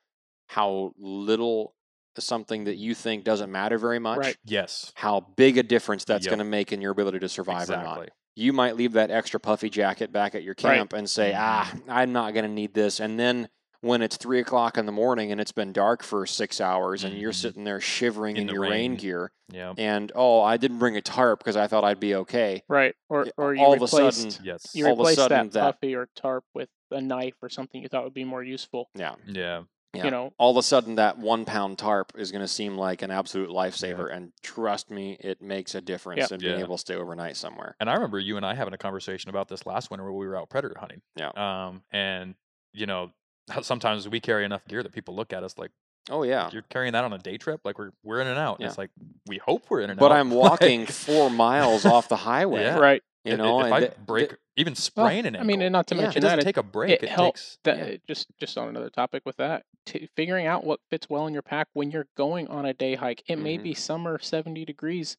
how little something that you think doesn't matter very much,
Right.
Yes,
how big a difference that's
Yep.
going to make in your ability to survive or not.
exactly.
you might leave that extra puffy jacket back at your
Right.
camp and say, ah, I'm not going to need this. And then when it's three o'clock in the morning and it's been dark for six hours and you're
Mhm.
sitting there shivering in,
In the
your rain.
rain.
gear
Yeah.
and, oh, I didn't bring a tarp because I thought I'd be okay.
Right. Or,
Yeah,
or you
all of a
replaced,
sudden-
Yes.
you
all of a
replaced
sudden
that,
that-
puffy or tarp with a knife or something you thought would be more useful.
Yeah.
Yeah.
Yeah.
You know,
All of a sudden, that one pound tarp is going to seem like an absolute lifesaver. And trust me, it makes a difference in being
Yeah.
able to stay overnight somewhere.
And I remember you and I having a conversation about this last winter where we were out predator hunting.
Yeah.
Um, and you know, sometimes we carry enough gear that people look at us like
Oh, yeah.
you're carrying that on a day trip. Like we're we're in and out. And
Yeah.
It's like we hope we're in and out.
But I'm
*laughs* Like,
walking four
*laughs*
miles off the highway.
Yeah.
right.
You
i- i-
know,
if
and
I
th- th-
break even sprain an
I
ankle.
mean, and not to
Yeah.
it
mention
doesn't
that,
take a break.
it
It,
help-
takes.
that uh,
Yeah.
just just on another topic with that t- figuring out what fits well in your pack when you're going on a day hike it may
Mhm.
be summer 70 degrees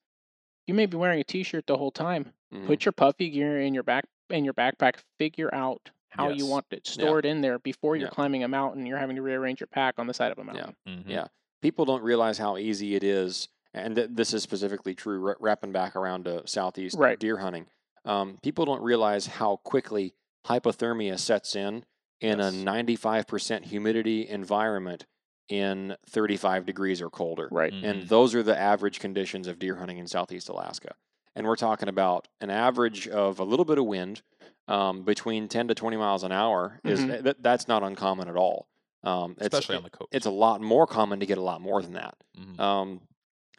you may be wearing a t-shirt the whole time
Mhm.
put your puffy gear in your back in your backpack figure out how you
Yes.
want it stored in there before you're
Yeah.
climbing a mountain you're having to rearrange your pack on the side of a mountain
Mhm.
Yeah. people don't realize how easy it is, and th- this is specifically true wra- wrapping back around to southeast
Right.
deer hunting. Um, people don't realize how quickly hypothermia sets in in
Yes.
a 95% humidity environment in 35 degrees or colder.
right
And
Mhm.
those are the average conditions of deer hunting in southeast Alaska. And we're talking about an average of a little bit of wind um, between 10 to 20 miles an hour. Is
Mhm.
that, that's not uncommon at all. Um, it's-
Mm-hmm. especially on the coast.
it's a lot more common to get a lot more than that.
Mhm.
Um,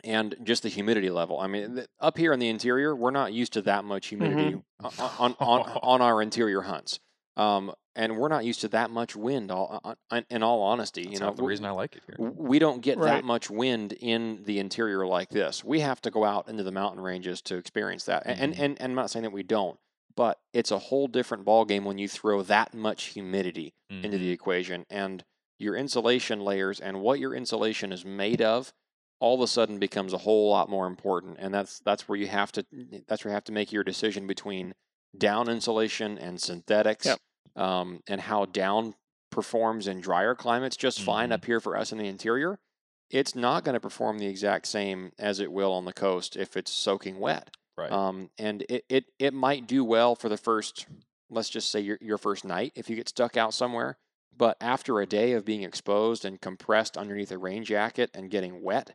and just the humidity level. I mean, th- up here in the interior, we're not used to that much humidity
Mm-hmm. *laughs*
o- on, on, on, on our interior hunts. Um, and we're not used to that much wind, all, on- on- in all honesty.
That's
you know,
half the
W-
reason I like it here.
we don't get
Right.
that much wind in the interior like this. We have to go out into the mountain ranges to experience that. A- And
Mhm.
and, and, I'm not saying that we don't, but it's a whole different ballgame when you throw that much humidity *laughs* into
Mm-hmm.
the equation and your insulation layers and what your insulation is made of all of a sudden becomes a whole lot more important and that's that's where you have to that's where you have to make your decision between down insulation and synthetics
Yep.
um, and how down performs in drier climates just fine
Mhm.
up here for us in the interior it's not going to perform the exact same as it will on the coast if it's soaking wet
Right.
um, and it, it it might do well for the first let's just say your, your first night if you get stuck out somewhere but after a day of being exposed and compressed underneath a rain jacket and getting wet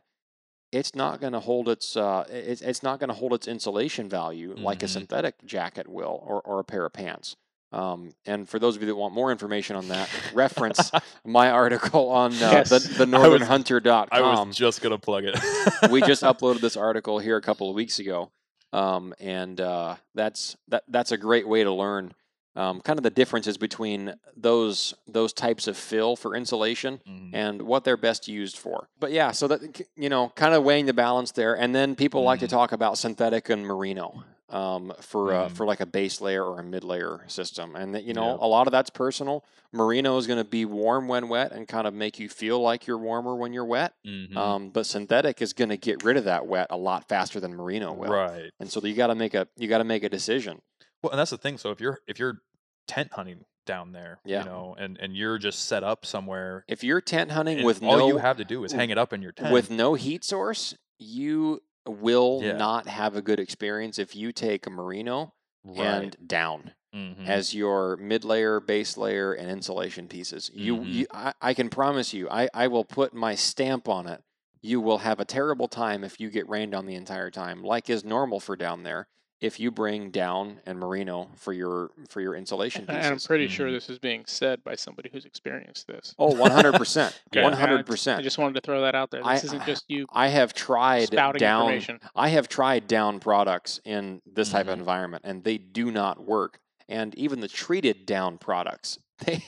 it's not going to hold its uh, it's, it's not going to hold its insulation value like a
Mhm.
synthetic jacket will or, or a pair of pants um, and for those of you that want more information on that
*laughs*
reference my article on uh, the,
Yes.
the
I was-
northernhunter.com
I was just gonna plug it.
Um, *laughs* we
*laughs*
just uploaded this article here a couple of weeks ago, um, and uh, that's that. That's a great way to learn um, kind of the differences between those those types of fill for insulation
Mhm.
and what they're best used for. But yeah, so that you know, kind of weighing the balance there, and then people like to
Mhm.
talk about synthetic and merino um, for uh,
Mhm.
for like a base layer or a mid layer system, and that, you know,
Yeah.
a lot of that's personal. Merino is going to be warm when wet and kind of make you feel like you're warmer when you're wet.
Mhm.
Um, but synthetic is going to get rid of that wet a lot faster than merino will.
right.
And so you got to make a you got to make a decision.
Well, and that's the thing. So if you're if you're tent hunting down there,
Yeah.
you know, and and you're just set up somewhere,
If you're tent hunting
and
with
all
no
you have to do is hang it up in your tent.
with no heat source, you will
Yeah.
not have a good experience if you take merino and down
Mhm.
as your mid layer, base layer, and insulation pieces. You,
Mhm.
you I, I can promise you, I, I will put my stamp on it. You will have a terrible time if you get rained on the entire time, like is normal for down there. If you bring down and merino for your for your insulation
*laughs* and i'm
pieces.
pretty sure
Mhm.
this is being said by somebody who's experienced this
Oh, 100%.
Yeah.
And I-
100%.
i just wanted to throw that out there
I-
this isn't just you
I have tried
spouting
down
information
I have tried down products in this type
Mhm.
of environment, and they do not work. And even the treated down products, *laughs* they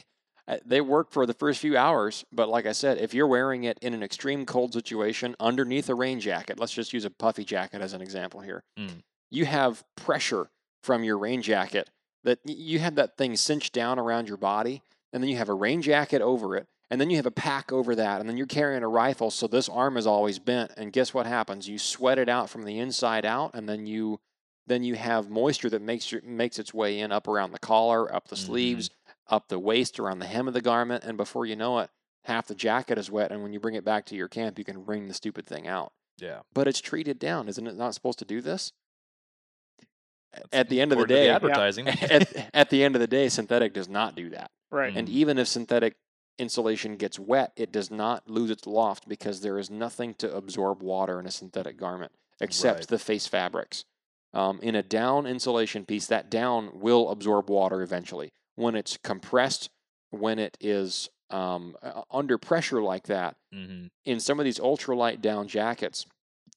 uh, they work for the first few hours. But like I said, if you're wearing it in an extreme cold situation underneath a rain jacket, let's just use a puffy jacket as an example here.
Mm.
You have pressure from your rain jacket that y- you have that thing cinched down around your body. and then you have a rain jacket over it, and then you have a pack over that, and then you're carrying a rifle, so this arm is always bent. And guess what happens? You sweat it out from the inside out, and then you then you have moisture that makes your, makes its way in up around the collar, up the
Mhm.
sleeves, up the waist, around the hem of the garment, and before you know it, half the jacket is wet. And when you bring it back to your camp, you can wring the stupid thing out.
Yeah.
But it's treated down, isn't it? Not supposed to do this.
That's
At the end of the
according to
day, *laughs*
advertising.
at, at the end of the day, synthetic does not do
*laughs*
that.
Right.
Mm.
And even if synthetic insulation gets wet, it does not lose its loft because there is nothing to absorb water in a synthetic garment except
Right.
the face fabrics. Um, in a down insulation piece, that down will absorb water eventually. When it's compressed, when it is um, uh, under pressure like that,
Mhm.
in some of these ultralight down jackets,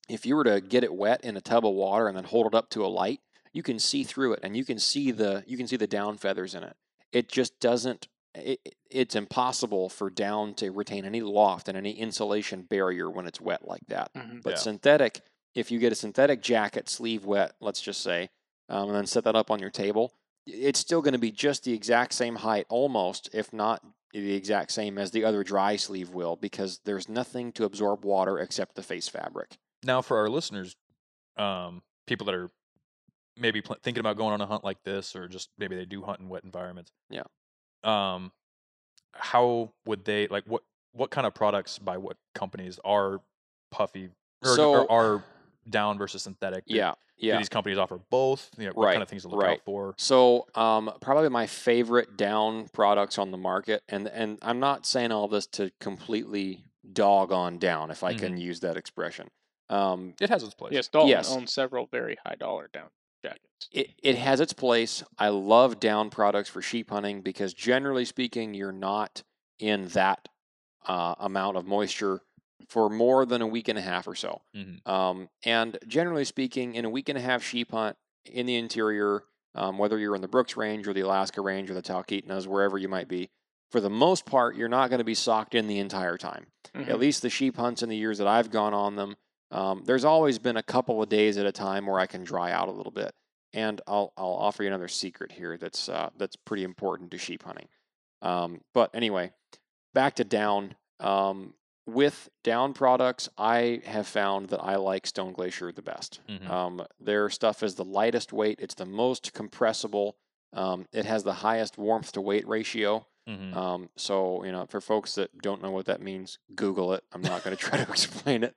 if you were to get it wet in a tub of water and then hold it up to a light, you can see through it and you can see the you can see the down feathers in it. It just doesn't it, it- it's impossible for down to retain any loft and any insulation barrier when it's wet like that.
Mhm.
But
Yeah.
synthetic, if you get a synthetic jacket sleeve wet, let's just say, um, and then set that up on your table, i- it's still going to be just the exact same height, almost, if not the exact same as the other dry sleeve will, because there's nothing to absorb water except the face fabric.
Now, for our listeners, um, people that are maybe pl- thinking about going on a hunt like this, or just maybe they do hunt in wet environments.
Yeah.
Um, how would they like what what kind of products by what companies are puffy or, or
So-
are down versus synthetic? Do-
Yeah,
Do
yeah.
these companies offer both? You know, what kind
Right,
of things to look
right.
out for?
So, um, probably my favorite down products on the market, and and I'm not saying all this to completely dog on down, if I
Mhm.
can use that expression. Um,
It has its place.
Yes, Dalton
Yes.
owns several very high dollar down jackets.
it, it has its place. I love down products for sheep hunting because generally speaking, you're not in that uh, amount of moisture for more than a week and a half or so.
Mhm.
Um, and generally speaking, in a week and a half sheep hunt in the interior, um, whether you're in the Brooks Range or the Alaska Range or the Talkeetnas, wherever you might be, for the most part, you're not going to be socked in the entire time at
Mhm.
least the sheep hunts in the years that I've gone on them, um, there's always been a couple of days at a time where I can dry out a little bit. And I'll I'll offer you another secret here that's uh, that's pretty important to sheep hunting. Um, but anyway, back to down. Um, with down products, I have found that I like Stone Glacier the best.
Mhm.
Um, their stuff is the lightest weight. It's the most compressible. Um, it has the highest warmth to weight ratio.
Mhm.
Um, so you know, for folks that don't know what that means, Google it. I'm not going to *laughs* try to explain it.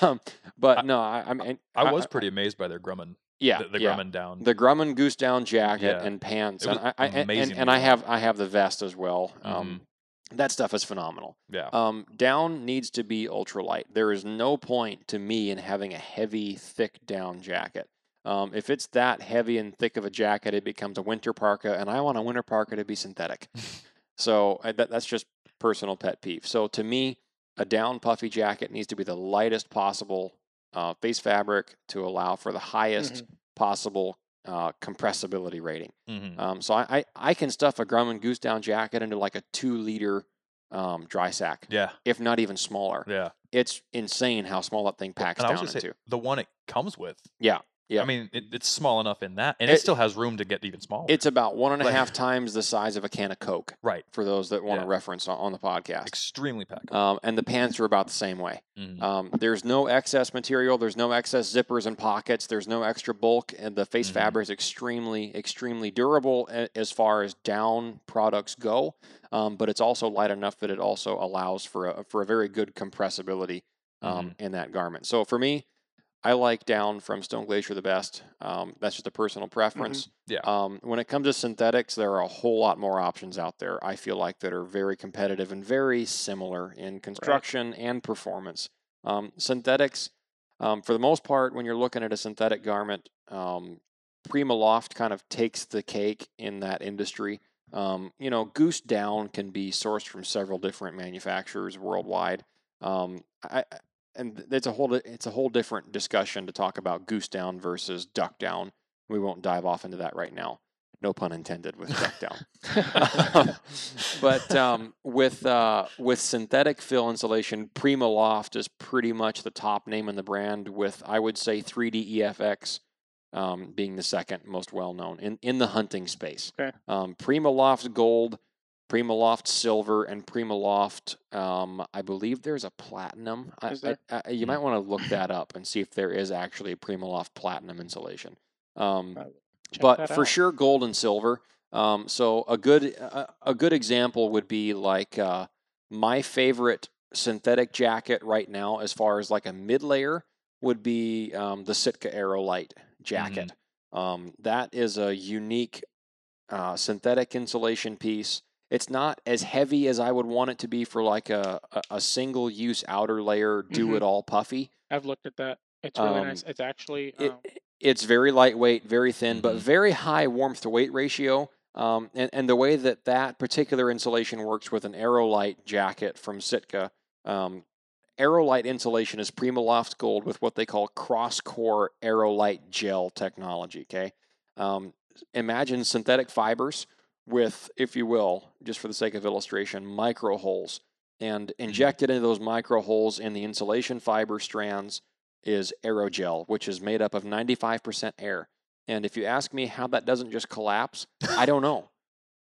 Um, but
I-
no, I, I mean,
I was pretty amazed by their Grumman,
yeah,
the, the
yeah.
Grumman down.
The Grumman goose down jacket
Yeah.
and pants,
It was
and I, I and, and,
amazing Mm-hmm.
and I
design.
have I have the vest as well. Um, that stuff is phenomenal.
yeah.
Um, down needs to be ultralight. There is no point to me in having a heavy, thick down jacket. Um, if it's that heavy and thick of a jacket, it becomes a winter parka, and I want a winter parka to be synthetic. so I, that, that's just personal pet peeve. So to me, a down puffy jacket needs to be the lightest possible uh, face fabric to allow for the highest
Mhm.
possible uh, compressibility rating.
Mhm.
Um, so I, I, I can stuff a Grumman Goose Down jacket into like a two liter um, dry sack
Yeah.
if not even smaller.
Yeah.
It's insane how small that thing packs
And I was
down
going to
into.
say, the one it comes with.
Yeah, yeah.
I mean, it, it's small enough in that, and it,
It-
still has room to get even smaller.
It's about one and a
Like-
half times the size of a can of Coke
right.
for those that want to
Yeah.
reference on, on the podcast.
Extremely packed.
Um, and the pants are about the same way.
Mhm.
Um, there's no excess material. There's no excess zippers and pockets. There's no extra bulk, and the face
Mhm.
fabric is extremely, extremely durable a- as far as down products go. Um, but it's also light enough that it also allows for a for a very good compressibility um, in that garment. So for me, I like down from Stone Glacier the best. Um, that's just a personal preference.
Yeah.
Um, when it comes to synthetics, there are a whole lot more options out there. I feel like that are very competitive and very similar in construction and performance. Um, synthetics, um, for the most part, when you're looking at a synthetic garment, um, Prima Loft kind of takes the cake in that industry. Um, you know, Goose Down can be sourced from several different manufacturers worldwide. Um, I, I- and th- it's a whole di- it's a whole different discussion to talk about Goose Down versus Duck Down. We won't dive off into that right now. No pun intended with Duck Down. *laughs* *laughs* but um, with uh, with synthetic fill insulation, Prima Loft is pretty much the top name in the brand. With I would say 3D EFX um, being the second most well known in in the hunting space.
Okay.
Um, Prima Loft Gold Primaloft Silver and Primaloft. Um, I believe there's a platinum. I,
Is there?
I, I, you might want to look that up and see if there is actually a Primaloft platinum insulation. Um,
Check
but
that
for
out.
sure, gold and silver. Um, so a good a, a good example would be like uh, my favorite synthetic jacket right now, as far as like a mid layer, would be um, the Sitka Aerolite
Mm-hmm.
jacket. Um, that is a unique uh, synthetic insulation piece. It's not as heavy as I would want it to be for like a a, a single use outer layer,
Mm-hmm.
do it all puffy
I've looked at that. It's really
Um,
nice. It's actually
it,
um,
it's very lightweight, very thin, but
Mhm.
very high warmth to weight ratio. Um, and, and the way that that particular insulation works with an Aerolite jacket from Sitka, um, Aerolite insulation is Primaloft Gold with what they call cross core Aerolite gel technology. Okay. Um, imagine synthetic fibers with, if you will, just for the sake of illustration, micro holes. And injected into those micro holes in the insulation fiber strands is aerogel, which is made up of 95% air. And if you ask me how that doesn't just collapse, I don't know,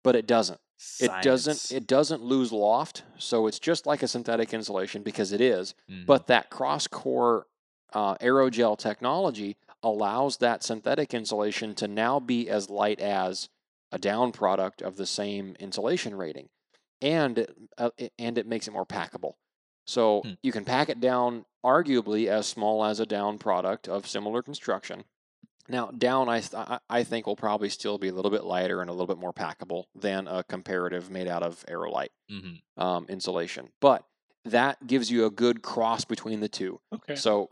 but it doesn't. It doesn't. It doesn't lose loft, so it's just like a synthetic insulation because it is.
Mm-hmm. Mm.
But that cross core uh, aerogel technology allows that synthetic insulation to now be as light as a down product of the same insulation rating, and it- uh, it- and it makes it more packable. So
Hmm.
you can pack it down arguably as small as a down product of similar construction. Now down, I th- I- I think will probably still be a little bit lighter and a little bit more packable than a comparative made out of aerolite
Mm-hmm.
Mhm.
um, insulation, but that gives you a good cross between the two.
okay.
So,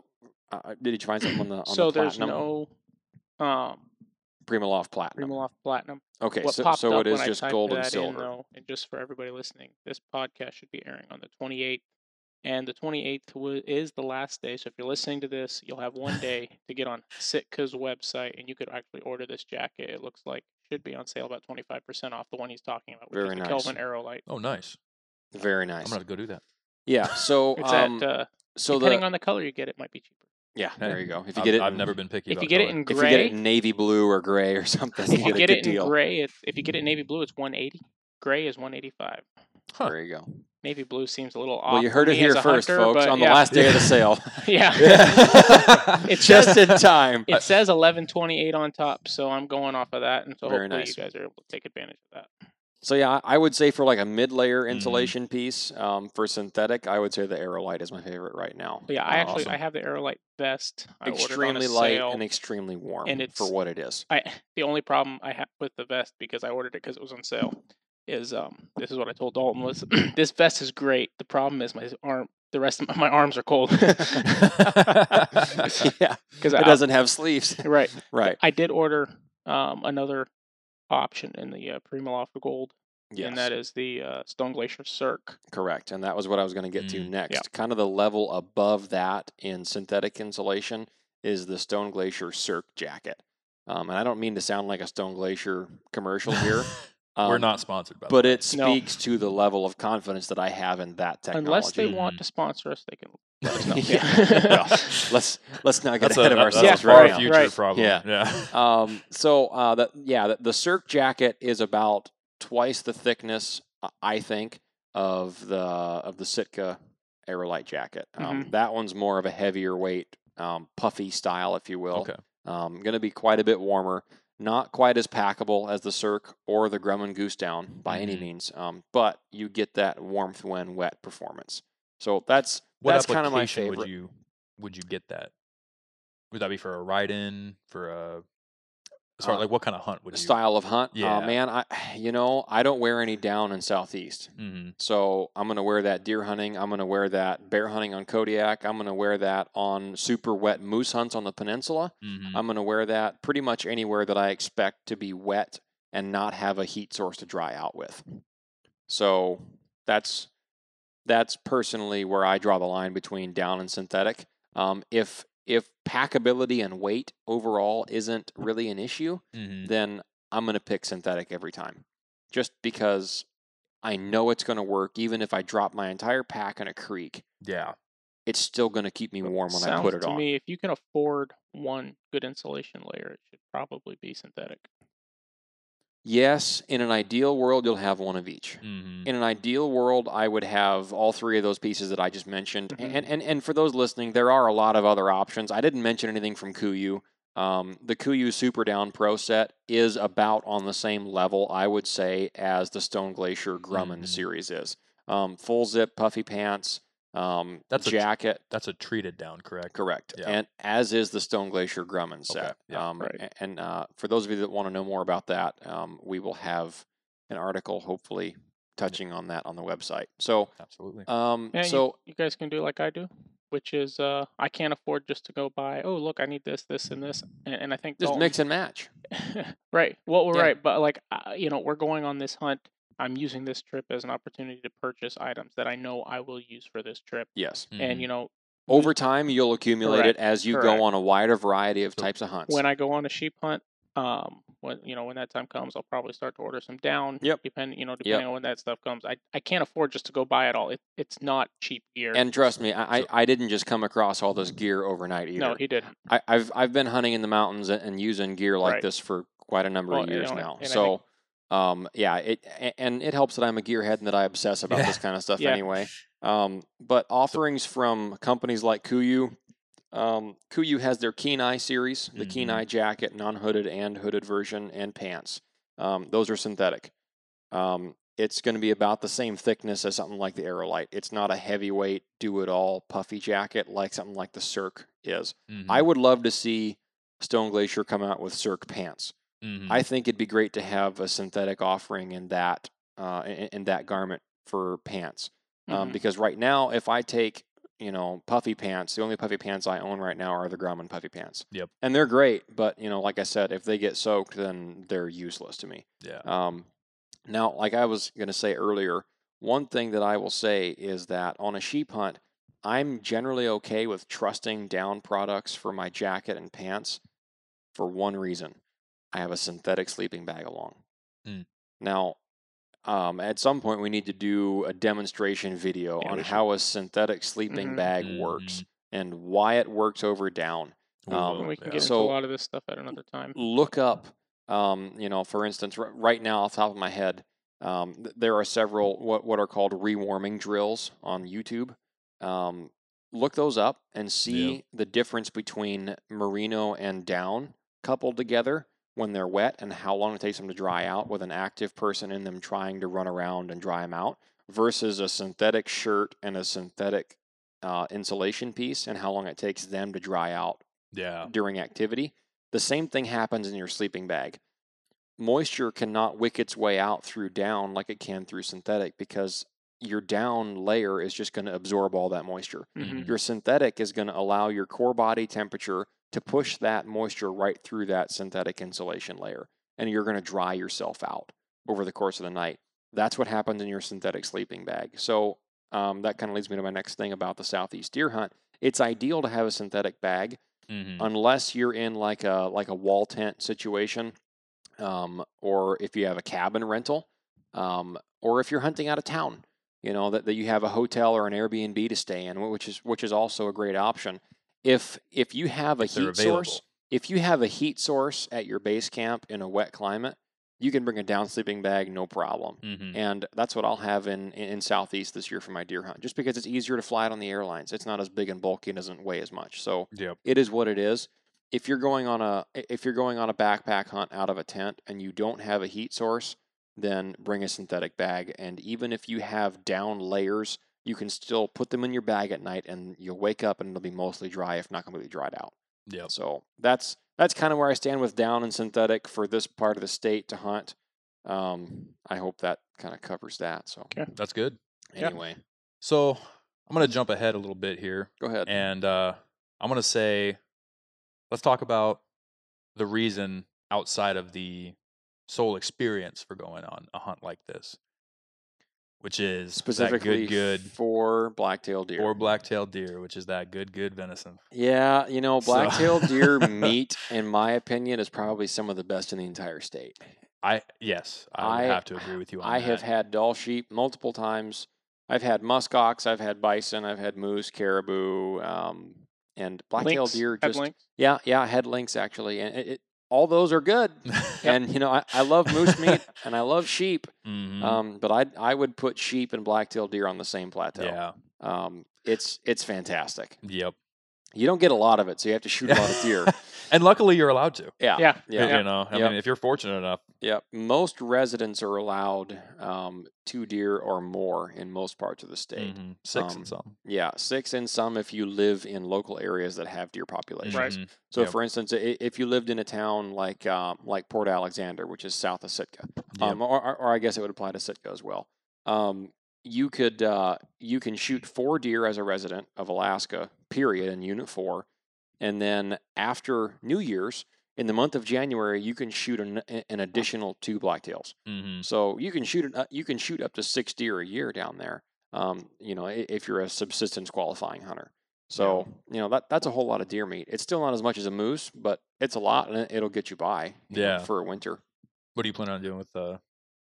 uh, did you find something on the on
so
the
there's
platinum?
no um,
Primaloft platinum.
Primaloft Platinum.
Okay,
what
so,
popped
so
up
it is
when
just
I typed
gold
that
and
In,
silver.
though, and just for everybody listening, this podcast should be airing on the 28th, and the 28th wa- is the last day. So if you're listening to this, you'll
*laughs*
have one day to get on Sitka's website, and you could actually order this jacket. It looks like it should be on sale about 25% off the one he's talking about, which
Very
is the
nice.
Kelvin Aerolite.
Oh, nice.
Very
I'm
nice.
gonna have to go do that.
Yeah. So,
It's
um,
at uh,
so
depending
the
on the color you get, it might be cheaper.
yeah, there you go. If you
I've,
get it,
I've
in-
never been picky.
If
about
you get it
color.
in
If you get
gray,
it in navy blue or gray or
*laughs*
something,
if
you
you
get,
get
a
it
good
in
deal.
gray, it's, if you get it in navy blue, it's 180. Gray is 185.
Huh.
There you go.
Navy blue seems a little off.
Well, you
for
heard it
me as
here
a
first,
hunter,
folks.
but
On the
yeah.
last day of the sale,
*laughs*
*laughs*
yeah.
*laughs*
It
just
says- *laughs*
in *laughs* time.
It says eleven twenty eight on top, so I'm going off of that, and so
Very
hopefully
nice.
you guys are able to take advantage of that.
So yeah, I I would say for like a mid-layer
Mhm.
insulation piece um, for synthetic, I would say the Aerolite is my favorite right now.
But yeah, I
Uh,
actually
Awesome.
I have the Aerolite vest. I ordered on
extremely
a
light
sale.
and extremely warm
and
for
it's-
what it
*laughs*
is. *laughs*
I the only problem I have with the vest because I ordered it because it was on sale is um this is what I told Dalton was *clears throat* this vest is great. The problem is my arm the rest of *laughs* my, my arms are cold because
yeah, it doesn't have sleeves.
*laughs*
*laughs*
right
right.
I did order um another option in the uh, Primaloft Gold,
Yes.
and that is the uh, Stone Glacier Cirque.
Correct. And that was what I was going to get to
Mm,
next. Kind of the level above that in synthetic insulation is the Stone Glacier Cirque jacket. Um, and I don't mean to sound like a Stone Glacier
*laughs*
commercial here. Um,
We're not sponsored by.
But it
No.
speaks to the level of confidence that I have in that technology.
Unless they want to sponsor us, they can
*laughs*
let us know. *laughs* Yeah.
Well, let's let's not get
that's a,
ahead of
that- that's a
ourselves
far
right now.
few-
future
Right.
problem.
Yeah. *laughs*
yeah.
Um, so uh, that yeah, the, the Cirque jacket is about twice the thickness, uh, I think, of the of the Sitka Aerolite jacket.
Mm-hmm.
Um, That one's more of a heavier weight, um, puffy style, if you will.
Okay.
Um, going to be quite a bit warmer, not quite as packable as the Cirque or the Grumman Goose Down by any
Mhm.
means, um, but you get that warmth when wet performance. So that's
What
that's kind of my
application
favorite.
would you would you get that? Would that be for a ride in? For a as far
Uh,
like what kind of hunt would you?
style of hunt?
Yeah.
Uh, man, I *sighs* you know I don't wear any down in Southeast.
Mm-hmm,
Mhm.
So I'm going to wear that deer hunting. I'm going to wear that bear hunting on Kodiak. I'm going to wear that on super wet moose hunts on the peninsula.
mm-hmm, Hmm.
Mhm.
I'm going to wear that pretty much anywhere that I expect to be wet and not have a heat source to dry out with. So that's that's personally where I draw the line between down and synthetic. Um, if if packability and weight overall isn't really an issue,
mm-hmm.
Mhm.
then I'm going to pick synthetic every time just because I know it's going to work. Even if I drop my entire pack in a creek,
Yeah.
it's still going to keep me
But
warm when I
sounds
put it
to
on.
me, if you can afford one good insulation layer, it should probably be synthetic.
Yes, in an ideal world, you'll have one of each.
Mm-hmm.
In an ideal world, I would have all three of those pieces that I just mentioned.
Mm-hmm.
Mhm.
And, and and for those listening, there are a lot of other options. I didn't mention anything from Kuyu. Um, the Kuyu Super Down Pro set is about on the same level, I would say, as the Stone Glacier Grumman
Mhm.
series is. Um, full zip, puffy pants, um,
That's a tr-
jacket.
That's a treated down, correct?
Correct.
Yeah.
And as is the Stone Glacier Grumman set.
yeah,
um,
right.
a- And uh, for those of you that want to know more about that, um, we will have an article hopefully touching on that on the website. So,
Absolutely.
um,
Yeah, you-
so
you guys can do like I do, which is uh, I can't afford just to go buy. Oh, look, I need this, this, and this, and, and I think
just
Dalton-
mix and match.
*laughs* right. Well, we're
Yeah.
right, but like uh, you know, we're going on this hunt. I'm using this trip as an opportunity to purchase items that I know I will use for this trip,
Yes.
and you know,
Over time, you'll accumulate
Mm-hmm. Correct,
it as you
correct.
go on a wider variety of
So
types of hunts.
when I go on a sheep hunt, um, when you know when that time comes, I'll probably start to order some down.
Yep.
Depending, you know, depending on when that stuff comes, I, I can't afford just to go buy it all. It, it's not cheap gear.
and trust
*laughs*
me, I,
So-
I, I didn't just come across all this gear overnight either.
no, he did.
I, I've I've been hunting in the mountains a- and using gear like
Right.
this for quite a number
Well,
of
you
years
know,
now.
and I
so,
think-
um, yeah, it a- and it helps that I'm a gearhead and that I obsess about
Yeah.
*laughs*
this kind of stuff
Yeah.
anyway. Um, but offerings from companies like Kuyu, um, Kuyu has their Keen Eye series,
Mm-hmm.
the Keen
Mhm.
Eye jacket, non-hooded and hooded version, and pants. Um, those are synthetic. Um, it's going to be about the same thickness as something like the Aerolite. It's not a heavyweight, do-it-all puffy jacket like something like the Cirque is.
Mm-hmm,
I would love to see Stone Glacier come out with Cirque pants.
mm-hmm,
I think it'd be great to have a synthetic offering in that uh, in, in that garment for pants. Um,
Mhm.
Because right now, if I take you know puffy pants, the only puffy pants I own right now are the Grumman puffy pants.
Yep.
And they're great, but you know, like I said, if they get soaked, then they're useless to me.
yeah.
Um, now, like I was going to say earlier, one thing that I will say is that on a sheep hunt, I'm generally okay with trusting down products for my jacket and pants for one reason I have a synthetic sleeping bag along.
Mm.
Now, um, at some point, we need to do a demonstration video
Yeah,
on
we should.
how a synthetic sleeping bag
Mm-hmm.
Mhm.
works and why it works over down
We
um,
will,
And we can
yeah.
get into
So-
a lot of this stuff at another time.
look up, um, you know, for instance, r- right now off the top of my head, um, th- there are several what what are called rewarming drills on YouTube. Um, look those up and see the difference between merino and down coupled together when they're wet and how long it takes them to dry out with an active person in them trying to run around and dry them out versus a synthetic shirt and a synthetic uh, insulation piece and how long it takes them to dry out
yeah.
during activity. The same thing happens in your sleeping bag. Moisture cannot wick its way out through down like it can through synthetic because your down layer is just going to absorb all that moisture.
Mhm.
Your synthetic is going to allow your core body temperature to push that moisture right through that synthetic insulation layer, and you're going to dry yourself out over the course of the night. That's what happens in your synthetic sleeping bag. So um, that kind of leads me to my next thing about the southeast deer hunt. It's ideal to have a synthetic bag
Mm-hmm.
unless you're in like a like a wall tent situation um, or if you have a cabin rental um, or if you're hunting out of town you know that, that you have a hotel or an airbnb to stay in wh- which is which is also a great option if if you have a
If they're
heat source
available.
if you have a heat source at your base camp in a wet climate you can bring a down sleeping bag no problem
Mm-hmm.
and that's what I'll have in, in in Southeast this year for my deer hunt, just because it's easier to fly it on the airlines. It's not as big and bulky and doesn't weigh as much. So
Yep.
it is what it is. If you're going on a if you're going on a backpack hunt out of a tent and you don't have a heat source, then bring a synthetic bag. And even if you have down layers, you can still put them in your bag at night, and you'll wake up and it'll be mostly dry, if not completely dried out.
Yep.
So that's that's kind of where I stand with down and synthetic for this part of the state to hunt. Um, I hope that kind of covers that. So
That's good.
Yeah.
anyway,
So I'm going to jump ahead a little bit here.
go ahead.
And uh, I'm going to say, let's talk about the reason outside of the soul experience for going on a hunt like this, which is
Specifically
that good, good
for blacktail deer.
or black-tailed deer, which is that good, good venison.
yeah, you know,
So-
blacktail
*laughs*
deer meat, in my opinion, is probably some of the best in the entire state.
I yes, I, would
I-
have to agree with you on
I
that.
have had doll sheep multiple times. I've had muskox, I've had bison, I've had moose, caribou, um, and blacktail
Lynx,
deer.
head
Just
lynx.
yeah, yeah, I had lynx actually, and it, it, all those are good.
*laughs*
And you know, I, I love moose meat and I love sheep,
Mhm.
um, but I I would put sheep and black-tailed deer on the same plateau.
yeah.
Um, it's it's fantastic.
Yep. *laughs*
You don't get a lot of it, so you have to shoot a lot of deer.
and luckily, you're allowed to.
Yeah,
Yeah.
yeah,
You know, I
Yep.
mean, if you're fortunate enough.
yeah. Most residents are allowed um, two deer or more in most parts of the state.
Mhm. Six
Um,
and some.
Yeah, six and some if you live in local areas that have deer populations.
Right.
Mhm.
So,
Yep.
for instance, i- if you lived in a town like um, like Port Alexander, which is south of Sitka,
mm-hmm, Yep.
um, or, or- or I guess it would apply to Sitka as well, um, you could uh, you can shoot four deer as a resident of Alaska, period, in Unit Four, and then after New Year's in the month of January, you can shoot an, an additional two blacktails.
Mhm.
So you can shoot an, uh, you can shoot up to six deer a year down there. Um, you know, i- if you're a subsistence qualifying hunter. So you know that that's a whole lot of deer meat. It's still not as much as a moose, but it's a lot, and it- it'll get you by. you know,
Yeah.
for a winter.
What do you plan on doing with uh,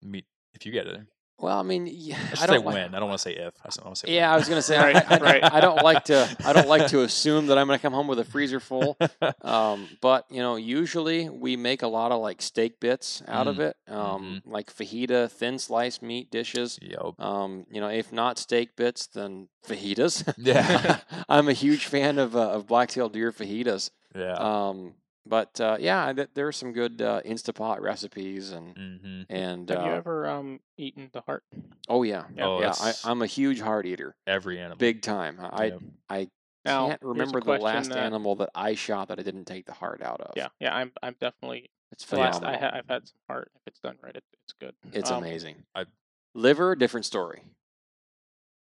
meat if you get it?
Well, I mean, yeah,
I
*laughs* I don't
should say
like-
when. I don't want to say if. I want to say.
Yeah,
when.
I was
*laughs*
gonna say I-
Right,
I, I-
right.
I don't like to I don't like to assume that I'm gonna come home with a freezer full. Um,
*laughs*
but you know, usually we make a lot of like steak bits out of
Mm.
it,
Mm-hmm.
um, like fajita, thin sliced meat dishes.
Yep.
Um, you know, if not steak bits, then fajitas. *laughs*
Yeah.
*laughs*
I'm a huge fan of uh, of black-tailed deer fajitas.
Yeah.
Um, but uh, yeah, th- there are some good uh, Instapot recipes and
mm-hmm.
and
Have you
uh,
ever um eaten the heart?
oh yeah,
Yeah.
Oh,
yeah. I,
that's
I'm a huge heart eater,
every animal.
big time. I
Yep.
Now,
can't
here's a
remember the
question
last
that-
animal that I shot that I didn't take the heart out of.
Yeah, yeah. I'm I'm definitely
it's
the last I
phenomenal.
ha- I've had some heart. If it's done right, it, it's good.
it's
Um,
amazing.
I-
Liver, different story.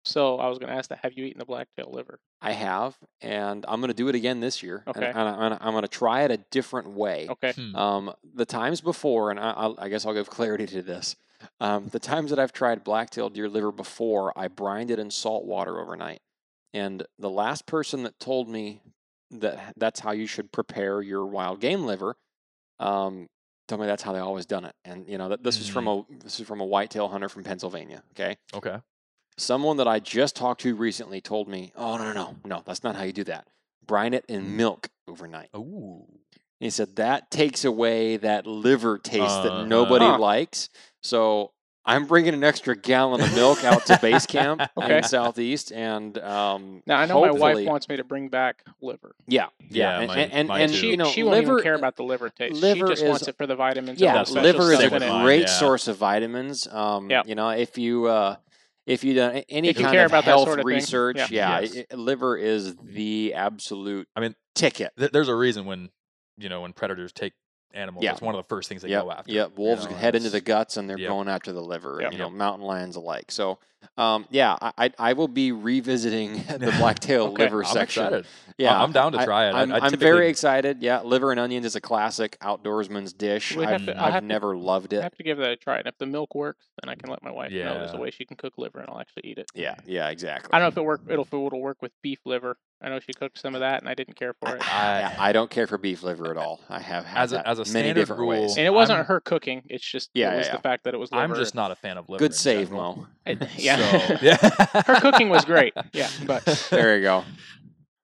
So I was going to ask that. Have you eaten the blacktail liver?
I have, and I'm going to do it again this year. and-
Okay.
and, I, am going to try it a different way.
Okay.
Hmm.
Um, the times before, and I, I'll, I guess I'll give clarity to this. Um, the times that I've tried black-tailed deer liver before, I brined it in salt water overnight. And the last person that told me that that's how you should prepare your wild game liver, um, told me that's how they always done it. And you know, that this is from a this is from a whitetail hunter from Pennsylvania. Okay,
Okay.
someone that I just talked to recently told me, "Oh no, no, no, no, that's not how you do that. Brine it in milk overnight."
Ooh.
He said that takes away that liver taste
Uh-huh.
that nobody
Huh.
likes. So I'm bringing an extra gallon of milk out to base
*laughs*
camp
Okay.
in Southeast, and um,
Now I know my
hopefully-
wife wants me to bring back liver.
Yeah, yeah,
Yeah,
and,
mine-
and, and,
mine
and,
too.
She
you know,
she won't
liver,
even care about the liver taste.
liver
she just
is-
wants it for the vitamins.
Yeah,
and the special
liver is a
stuff
with
in it.
mine,
great
yeah.
source of vitamins. Um,
Yeah.
you know, if you uh, if you do any
If you
kind
care
of
about that
health
sort of thing,
research,
yeah.
yeah,
Yes. Mm-hmm.
i- i- liver is the absolute.
I mean,
ticket.
Th- there's a reason when you know when predators take animals.
Yeah.
It's one of the first things they go after.
Yep, wolves
know,
head into the
that's-
guts and they're
Yep.
going after the liver.
Yep.
You know, mountain lions alike. So, um, yeah, I I- I will be revisiting *laughs*
*laughs*
the blacktail
Okay,
liver
I'm
section.
excited.
Yeah,
I'm down to
I-
try it. I-
I'm,
I
am
typically-
very excited. Yeah, liver and onions is a classic outdoorsman's dish.
We have
I've,
to- I'll
I've
have to-
never loved
I
it.
have to give that a try, and if the milk works, then I can let my wife know there's a
Yeah.
way she can cook liver, and I'll actually eat it.
Yeah, yeah, exactly.
I don't know if it work. It'll if it'll work with beef liver. I know she cooked some of that, and I didn't care for it.
I, I don't care for beef liver at all. I have had
As a-
that
as a
many
standard
different
rule-
ways.
And it wasn't
I'm-
her cooking. It's just
Yeah,
it was
yeah,
the
yeah.
fact that it was liver.
I'm just
*laughs*
not a fan of liver.
Good
in
save,
general. *laughs*
Mo.
I-
*laughs*
yeah. *laughs*
So, yeah.
Her cooking
*laughs*
was great. Yeah, but
There you go.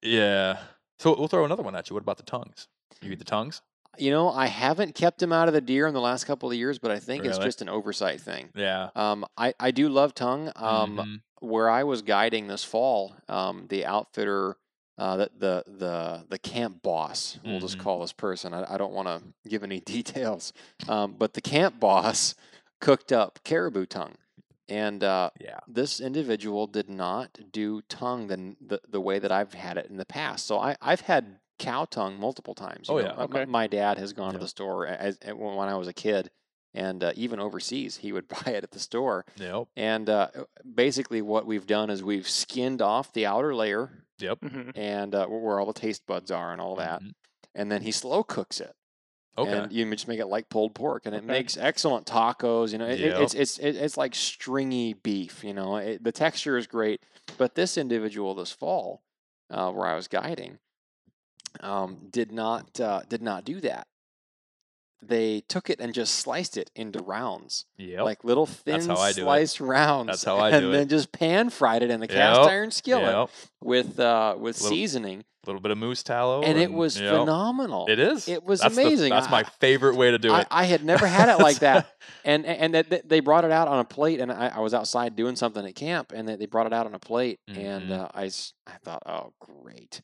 yeah. So we'll throw another one at you. What about the tongues? You
Mm.
eat the tongues?
You know, I haven't kept him out of the deer in the last couple of years, but I think it's
Really?
just an oversight thing.
Yeah.
Um, I, I do love tongue. Um,
Mhm.
Where I was guiding this fall, um, the outfitter, uh, the, the the the camp boss, we'll just
Mhm.
call this person. I, I don't want to give any *laughs* details, um, but the camp boss cooked up caribou tongue, and uh,
Yeah.
this individual did not do tongue the, n- the the way that I've had it in the past. So I I've had cow tongue multiple times. you
Oh,
know.
yeah.
Uh, m-
Okay.
My dad has gone
Yeah.
to the store a- as, a- when I was a kid, and uh, even overseas, he would *laughs* buy it at the store.
Mm-hmm. Yep.
And uh, basically, what we've done is we've skinned off the outer layer
Yep.
Mhm.
and uh, where where all the taste buds are and all that,
Mhm.
and then he slow cooks it.
Mm-hmm. Okay.
And you just make it like pulled pork, and it
Okay.
makes excellent tacos. You know, it, it-
Yep.
it's it's it, it's like stringy beef. You know, it, the texture is great. But this individual this fall, uh, where I was guiding, um, did not uh, did not do that. they took it and just sliced it into rounds,
Yep.
like little thin
how I do it.
sliced rounds.
That's how I
and
do
then
it.
just pan fried it in the cast
Yep.
iron skillet
Yep.
with uh, with
Little-
seasoning,
little bit of moose tallow,
and it was
yep.
phenomenal.
It is.
It was
That's the-
amazing.
that's my
I-
favorite way to do
I,
it.
I had never had it like
*laughs*
that. and and that that they brought it out on a plate and I, I was outside doing something at camp and they, they brought it out on a plate and
Mhm.
uh, I, s- I thought oh great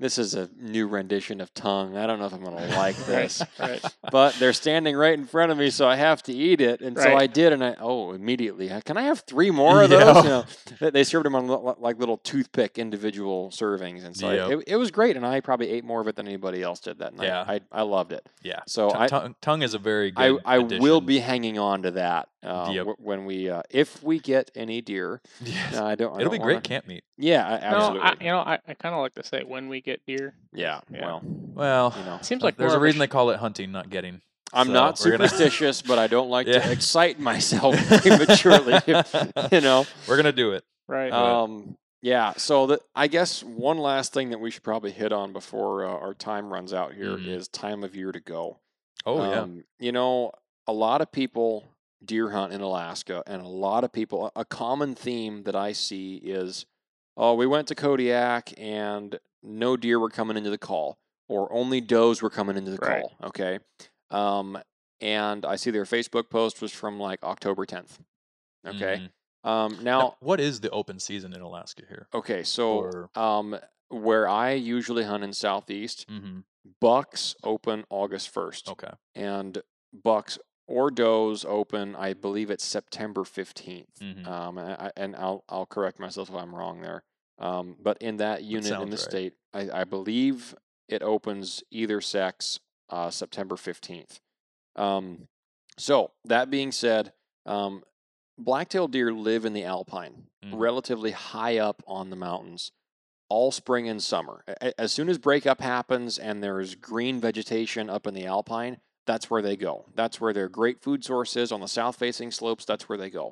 this is a new rendition of tongue i don't know if i'm going to like
*laughs*
this
Right.
but they're standing right in front of me so i have to eat it and so
Right.
i did and i oh immediately "Uh, can i have three more of those
Yeah. *laughs*
you know they- they served them on li- like little toothpick individual servings and so I-
Yep.
it, it was great and i probably ate more of it than anybody else did that night
Yeah.
I, I loved it
Yeah.
so
T-
I-
tongue, tongue is a very
I,
good.
I will
addition.
be hanging on to that uh,
Yep.
wh- when we uh, if we get any deer.
*laughs* Yes.
Uh, I don't. I
It'll be
don't
great
wanna-
camp meat.
Yeah, I,
No,
absolutely.
I, you know, I, I kind of like to say when we get deer.
yeah,
Yeah.
Well,
Well, uh,
you know,
It seems like
there's
more
a
of
reason
sh-
they call it hunting, not getting.
I'm
So,
not
we're gonna- *laughs*
superstitious, but I don't like
Yeah.
to excite
*laughs*
myself Oh, *laughs* prematurely. *laughs* you know.
We're gonna do it.
right.
Uh,
Um, yeah. So the, I guess one last thing that we should probably hit on before uh, our time runs out here is
Mhm.
time of year to go.
Oh yeah.
Um, You know, a lot of people deer hunt in Alaska, and a lot of people, a a common theme that I see is, oh, we went to Kodiak and no deer were coming into the call, or only does were coming into the
Right.
call. Okay. Um, and I see their Facebook post was from like October 10th. Okay.
Mhm.
Um,
Now,
now,
what is the open season in Alaska here?
okay. So,
Or-
um, where I usually hunt in Southeast,
Mm-hmm.
bucks open August 1st
Okay.
and bucks or does open i believe it's september 15th
Mhm.
um, and, I, and I'll, I'll correct myself if i'm wrong there um, but in that unit in
sounds
the
right.
state I, I believe it opens either sex uh, september 15th um, so that being said um, black-tailed deer live in the alpine
Mhm.
relatively high up on the mountains all spring and summer. A- a- As soon as breakup happens and there's green vegetation up in the alpine, that's where they go. That's where their great food source is on the south facing slopes. That's where they go.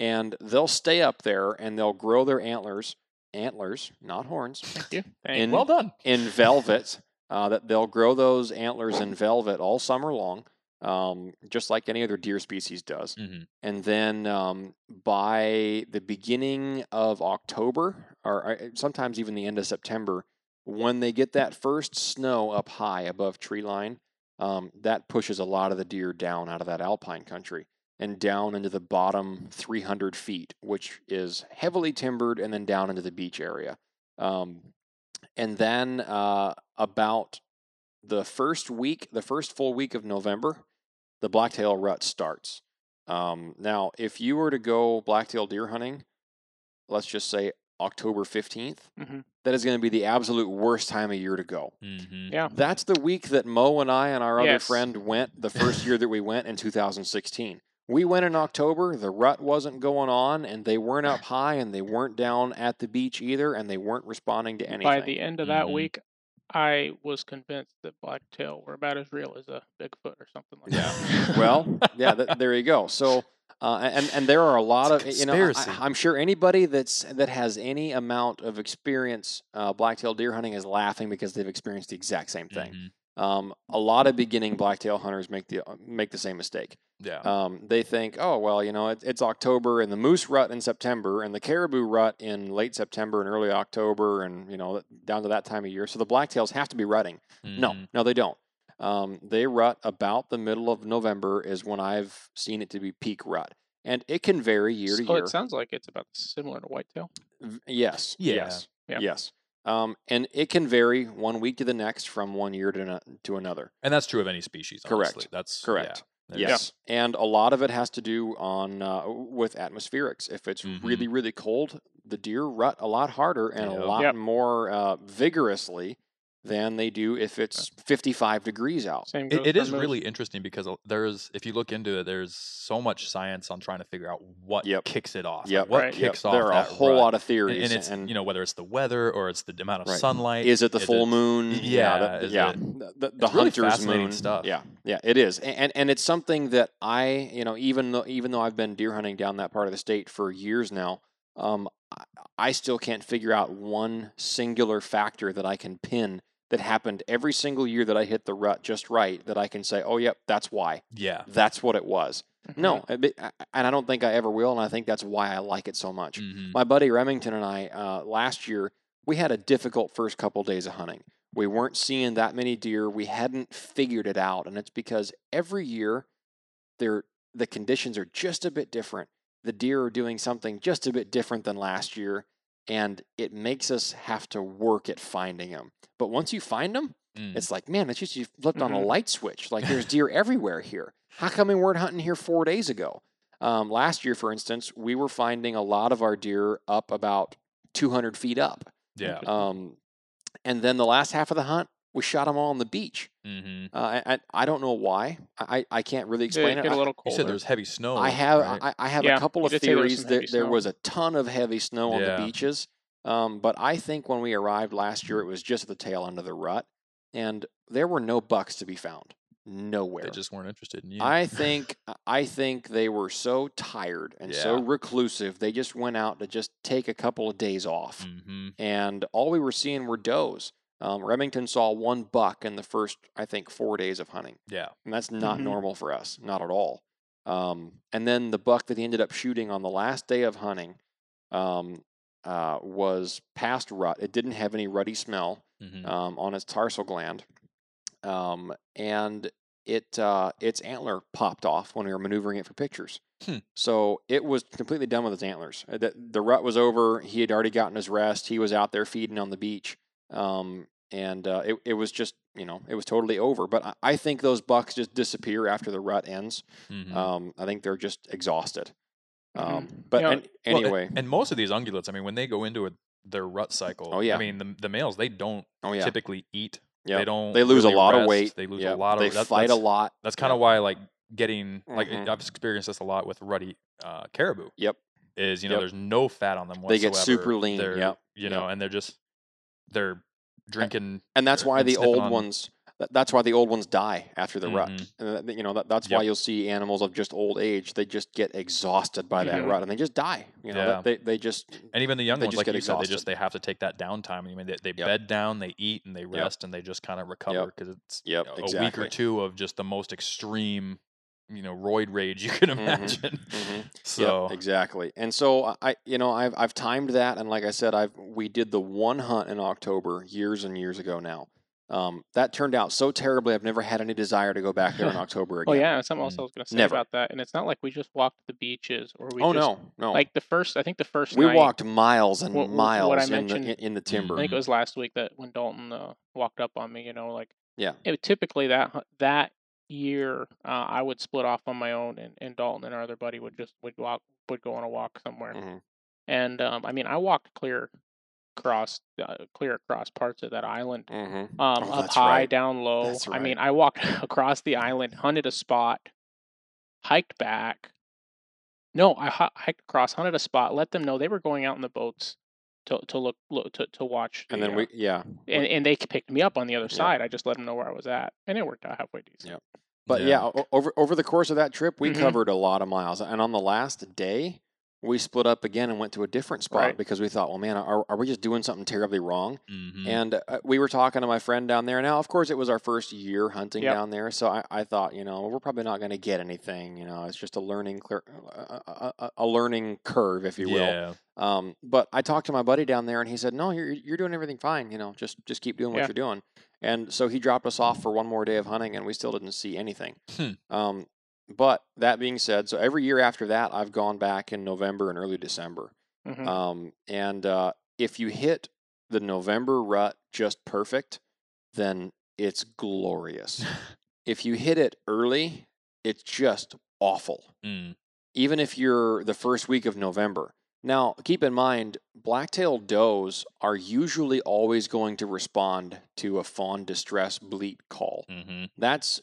And they'll stay up there and they'll grow their antlers, antlers, not horns,
Thank you. Thank
in-
you.
Well done.
in velvet. Uh, that they'll grow those antlers in velvet all summer long, um, just like any other deer species does.
Mhm.
And then um, by the beginning of October, or uh, sometimes even the end of September, when they get that first snow up high above tree line, um, that pushes a lot of the deer down out of that alpine country and down into the bottom 300 feet, which is heavily timbered, and then down into the beach area. Um, and then uh, about the first week, the first full week of November, the blacktail rut starts. Um, now, if you were to go blacktail deer hunting, let's just say October 15th,
Mhm.
that is going to be the absolute worst time of year to go.
Mhm.
That's the week that Mo and I and our other
Oh. Yes.
friend went the first
*laughs*
year that we went in 2016. We went in October, the rut wasn't going on, and they weren't up high and they weren't down at the beach either, and they weren't responding to anything.
By the end of that
Mhm.
week, I was convinced that blacktail were about as real as a Bigfoot or something
*laughs*
like that.
*laughs* well, yeah, th- there you go. So, uh, and and there are a lot
It's a
of you know, I-
conspiracy.
I, am sure anybody that's that has any amount of experience uh, blacktail deer hunting is laughing because they've experienced the exact same thing.
Mhm.
Um, a lot of beginning blacktail hunters make the uh, make the same mistake.
Yeah.
Um, they think, oh well, you know, it, it's October and the moose rut in September and the caribou rut in late September and early October and you know down to that time of year. So the blacktails have to be rutting.
Mm-hmm.
No,
Mhm.
no, they don't. Um, they rut about the middle of November is when I've seen it to be peak rut, and it can vary year to
so
year.
it sounds like it's about similar to whitetail.
V- Yes,
Yeah.
yes,
Yeah.
yes. Um, and it can vary one week to the next, from one year to no- to another.
And that's true of any species.
Correct.
honestly. That's
Correct.
Yeah. There's-
Yes, and a lot of it has to do on uh, with atmospherics. If it's
Mhm.
really really cold, the deer rut a lot harder and
Yep.
a lot
Mm-hmm. Yep.
more uh, vigorously than they do
Uh
if it's 55 degrees out.
Same goes
It, it
for
is
moose. *laughs*
really interesting because a- there's, if you look into it, there's so much science on trying to figure out what
Yep.
kicks it off. like
Yep.
What
Right.
Yep,
kicks off
There are a
that
whole
rut.
lot of
And-
theories,
And, it's you know whether it's the weather or it's the d- amount of
Right.
sunlight.
is it the
is
full
it-
moon?
Yeah,
that-
is
yeah.
it-
The, the, the
it's really
hunter's
fascinating
moon
stuff.
Yeah, yeah, it is, A- and and it's something that I, you know, even though even though I've been deer hunting down that part of the state for years now, um, I, I still can't figure out one singular factor that I can pin that happened every single year that I hit the rut just right that I can say, oh, yep, that's why.
Yeah.
That's what it was. No, I- but- I- and I don't think I ever will. And I think that's why I like it so much.
Mhm.
My buddy Remington and I uh, last year we had a difficult first couple days of hunting. We weren't seeing that many deer. We hadn't figured it out, and it's because every year they're, the conditions are just a bit different. The deer are doing something just a bit different than last year, and it makes us have to work at finding them. But once you find them,
Mm-hmm.
Mm.
it's like, man, it's just you flipped on a
Mhm.
light switch. Like
*laughs*
there's deer everywhere here. How come we weren't hunting here four days ago? Um, last year, for instance, we were finding a lot of our deer up about 200 feet up.
Yeah.
Mm-hmm.
Um, and then the last half of the hunt, we shot them all on the beach.
Mm-hmm.
Uh, I, I, I don't know why. I, I I can't really
Did it
explain
get
it.
a
I,
little
You
colder.
said there was heavy snow.
I have
right?
I, I have
Yeah,
a couple
you
of
did say there was
theories.
some
There,
heavy
there
snow.
was a ton of heavy snow on
Yeah.
the beaches, um, but I think when we arrived last year, it was just at the tail end of the rut, and there were no bucks to be found nowhere.
They just weren't interested in you. *laughs*
I think I think they were so tired and so
Yeah.
reclusive, they just went out to just take a couple of days off
Mm-hmm.
and all we were seeing were does. Um, Remington saw one buck in the first, I think, four days of hunting,
Yeah.
and that's not
Mhm.
normal for us, not at all. Um, and then the buck that he ended up shooting on the last day of hunting um, uh, was past rut. It didn't have any ruddy smell
Mm-hmm.
um, on its tarsal gland, um, and it uh, its antler popped off when we were maneuvering it for pictures.
Hmm.
So it was completely done with its antlers. Uh, The, the rut was over. He had already gotten his rest. He was out there feeding on the beach, um, and uh, it it was just you know it was totally over. But I, I think those bucks just disappear after the rut ends.
Mm-hmm.
Um, I think they're just exhausted.
Mhm.
Um, But
Yeah,
an-
Well, a-
anyway,
and most of these ungulates, I mean, when they go into a, their rut cycle,
Oh, yeah.
I mean, the, the males they don't
oh yeah,
typically eat.
yeah,
They don't.
they lose
really
a lot of
rest,
weight.
They lose
Yeah,
a lot of.
They
that-
fight a
that's-
lot.
That's kind of why, like, getting like
Mhm.
I've experienced this a lot with ruddy uh, caribou.
Yep.
Is you know
Yep.
there's no fat on them
They
whatsoever.
get super lean,
They're,
yep, Eh,
You know, and they're just they're drinking.
and that's
or-
why
and
the
sniffing
old
on-
ones tha- that's why the old ones die after the rut
Mm-hmm.
Mhm.
And that- you know that, that's why
Yep.
you'll see animals of just old age they just get exhausted by that
Mhm.
rut and they just die you know
Yeah.
they, they just
And even the young
They
ones,
just
like
get
you said, they
exhausted.
just they have to take that downtime. I mean, they, they
Yep.
bed down, they eat, and they rest, and they just kind of recover because it's you
Yep,
know, a week or
exactly.
two of just the most extreme, you know, roid rage *laughs* you can imagine.
*laughs*
mhm.
So
Mm-hmm. Yep, exactly. And so I- I, you know, I've I've timed that, and like I said, I've we did the one hunt in October years and years ago now. Um, that turned out so terribly. I've never had any desire to go back
*laughs*
there in October again.
Well, Oh, yeah, something else I was going to say
Mm. Never.
about that, and it's not like we just walked the beaches or we
oh
just
no, no.
like the first. I think the first
we
night,
walked miles and
What- what I
miles in the
mentioned- Mm-hmm.
in, in the
I
timber.
think it was last week that when Dalton uh, walked up on me, you know, like
Yeah.
it- typically that hu- that year uh, I would split off on my own, and, and Dalton and our other buddy would just would walk would go on a walk somewhere,
Mhm.
and um, I mean I walked clear across uh, clear across parts of that island
Mhm.
um,
Oh,
up
that's
high,
right.
down low.
That's
I
right.
mean, I walked *laughs* across the island, hunted a spot, hiked back. No, I hi- hiked across, hunted a spot, let them know they were going out in the boats to to look, look to to watch.
And
the,
then
uh,
we, yeah,
and, and they picked me up on the other
Yeah.
side. I just let them know where I was at, and it worked out halfway decent.
Yeah. But yeah, o- over over the course of that trip, we
Mhm.
covered a lot of miles. And on the last day, we split up again and went to a different spot
Right.
because we thought, well, man, are, are we just doing something terribly wrong?
Mm.
mhm.
And uh, we were talking to my friend down there. Now, of course, it was our first year hunting
Yep.
down there, so I, I thought, you know, we're probably not going to get anything. You know, it's just a learning clear, uh, a, a, a learning curve, if you will.
yeah,
Um, but I talked to my buddy down there, and he said, "No, you're you're doing everything fine. You know, just just keep doing what
Yeah.
you're doing." And so he dropped us off for one more day of hunting, and we still didn't see anything.
Hmm.
Um, but that being said, so every year after that, I've gone back in November and early December.
Mhm.
Um, and uh, if you hit the November rut just perfect, then it's glorious. if you hit it early, it's just awful
Mm.
even if you're the first week of November. Now, keep in mind, blacktail does are usually always going to respond to a fawn distress bleat call.
hmm
That's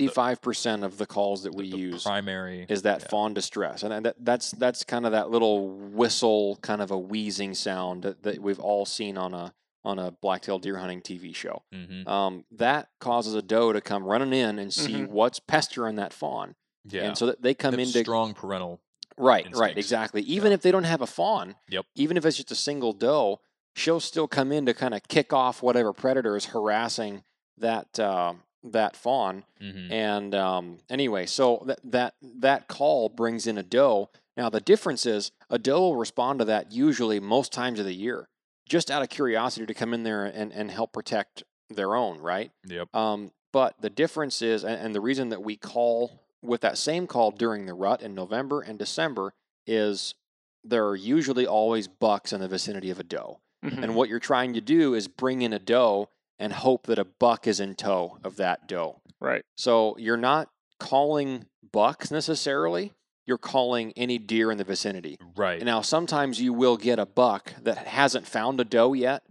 95% of the calls that we
the
use
primary.
is that
yeah.
fawn distress. And that, that's that's kind of that little whistle, kind of a wheezing sound that, that we've all seen on a on a blacktail deer hunting TV show.
hmm
Um, that causes a doe to come running in and see
Mhm.
what's pestering that fawn.
Mm-hmm. Yeah,
And so that they come
That's
into
strong parental.
Right, right,
instincts.
exactly. Even
Yeah.
if they don't have a fawn,
Yep.
even if it's just a single doe, she'll still come in to kind of kick off whatever predator is harassing that uh, that fawn.
Mm-hmm.
And um, anyway, so that that that call brings in a doe. Now the difference is a doe will respond to that usually most times of the year, just out of curiosity to come in there and, and help protect their own, right?
Mm-hmm. Yep.
Um, but the difference is, and, and the reason that we call with that same call during the rut in November and December is there are usually always bucks in the vicinity of a doe.
Mhm.
And what you're trying to do is bring in a doe and hope that a buck is in tow of that doe.
Right.
So you're not calling bucks necessarily, you're calling any deer in the vicinity.
Right.
Now, sometimes you will get a buck that hasn't found a doe yet,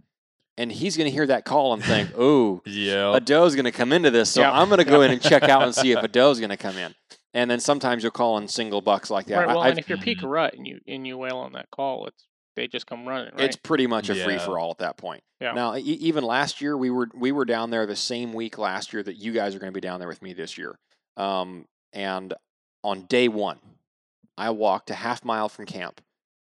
and he's going to hear that call and think, ooh,
yeah.
a doe's going to come into this, so
Oh. Yeah.
I'm going to go in and check out and see
*laughs*
if a doe's going to come in. And then sometimes you'll call in single bucks like that.
right.
I-
Well,
I've-
and if
*laughs*
you're peak
Mhm.
rut and you and you wail on that call, it's they just come running. Right.
It's pretty much a free
Yeah.
for all at that point.
Yeah.
Now, e- even last year, we were we were down there the same week last year that you guys are going to be down there with me this year. Um, and on day one, I walked a half mile from camp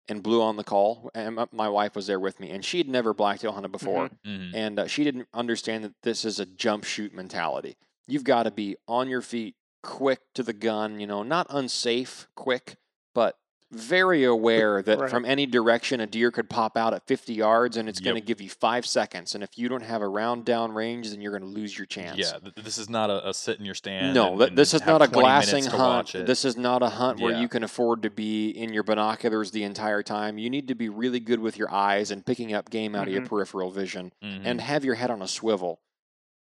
and blew on the call. And my- my wife was there with me, and she'd never blacktail hunted
Mm-hmm.
before,
Mhm.
and uh, she didn't understand that this is a jump shoot mentality. You've got to be on your feet, quick to the gun. You know, not unsafe, quick, but very aware that
Right.
from any direction a deer could pop out at 50 yards, and it's
Yep.
going to give you five seconds. And if you don't have a round down range, then you're going to lose your chance.
Yeah. th- This is not a, a sit in your stand.
No,
and-
th-
and
this is
have
not a
20 minutes
glassing
to watch
hunt.
it.
This is not a hunt where
Yeah.
you can afford to be in your binoculars the entire time. You need to be really good with your eyes and picking up game out of your
Mm-hmm.
Mhm.
peripheral vision
Mhm.
and have your head on a swivel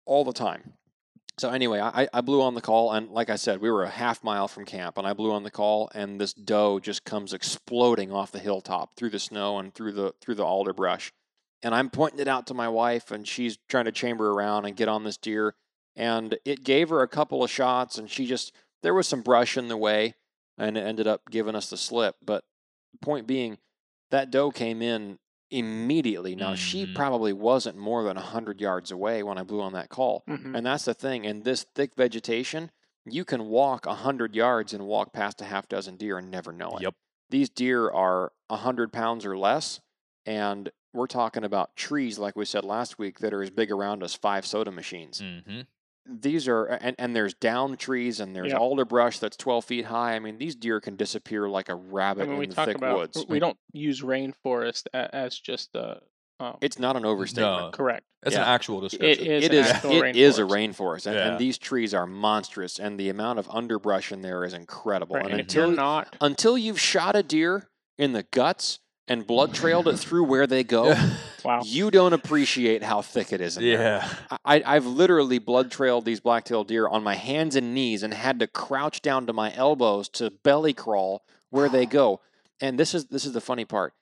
all the time. So anyway, I, I- I blew on the call, and like I said, we were a half mile from camp, and I blew on the call, and this doe just comes exploding off the hilltop through the snow and through the through the alder brush, and I'm pointing it out to my wife, and she's trying to chamber around and get on this deer, and it gave her a couple of shots, and she just there was some brush in the way, and it ended up giving us the slip. But point being, that doe came in immediately. Now she
Mhm.
probably wasn't more than hundred yards away when I blew on that call.
Mhm.
And that's the thing. In this thick vegetation, you can walk 100 yards and walk past a half dozen deer and never know it.
Yep.
These deer are 100 pounds or less. And we're talking about trees, like we said last week, that are as big around as five soda machines.
Mhm.
Mm.
These are, and, and there's down trees and there's
Yep.
alder brush that's 12 feet high. I mean, these deer can disappear like a rabbit
I mean,
in
we
the
talk
thick
about
woods.
we don't use rainforest a- as just a um,
It's not an overstatement.
No.
correct.
That's an
Yeah.
actual description.
is
It
an
is.
actual
It is a
rainforest.
rainforest, and,
Yeah.
and these trees are monstrous, and the amount of underbrush in there is incredible.
Right. And, if
until
you're not
until you've shot a deer in the guts and blood trailed it through where they
*laughs*
go,
wow,
you don't appreciate how thick it is. In there.
yeah.
I, I've literally blood trailed these black-tailed deer on my hands and knees and had to crouch down to my elbows to belly crawl where they go. And this is this is the funny part.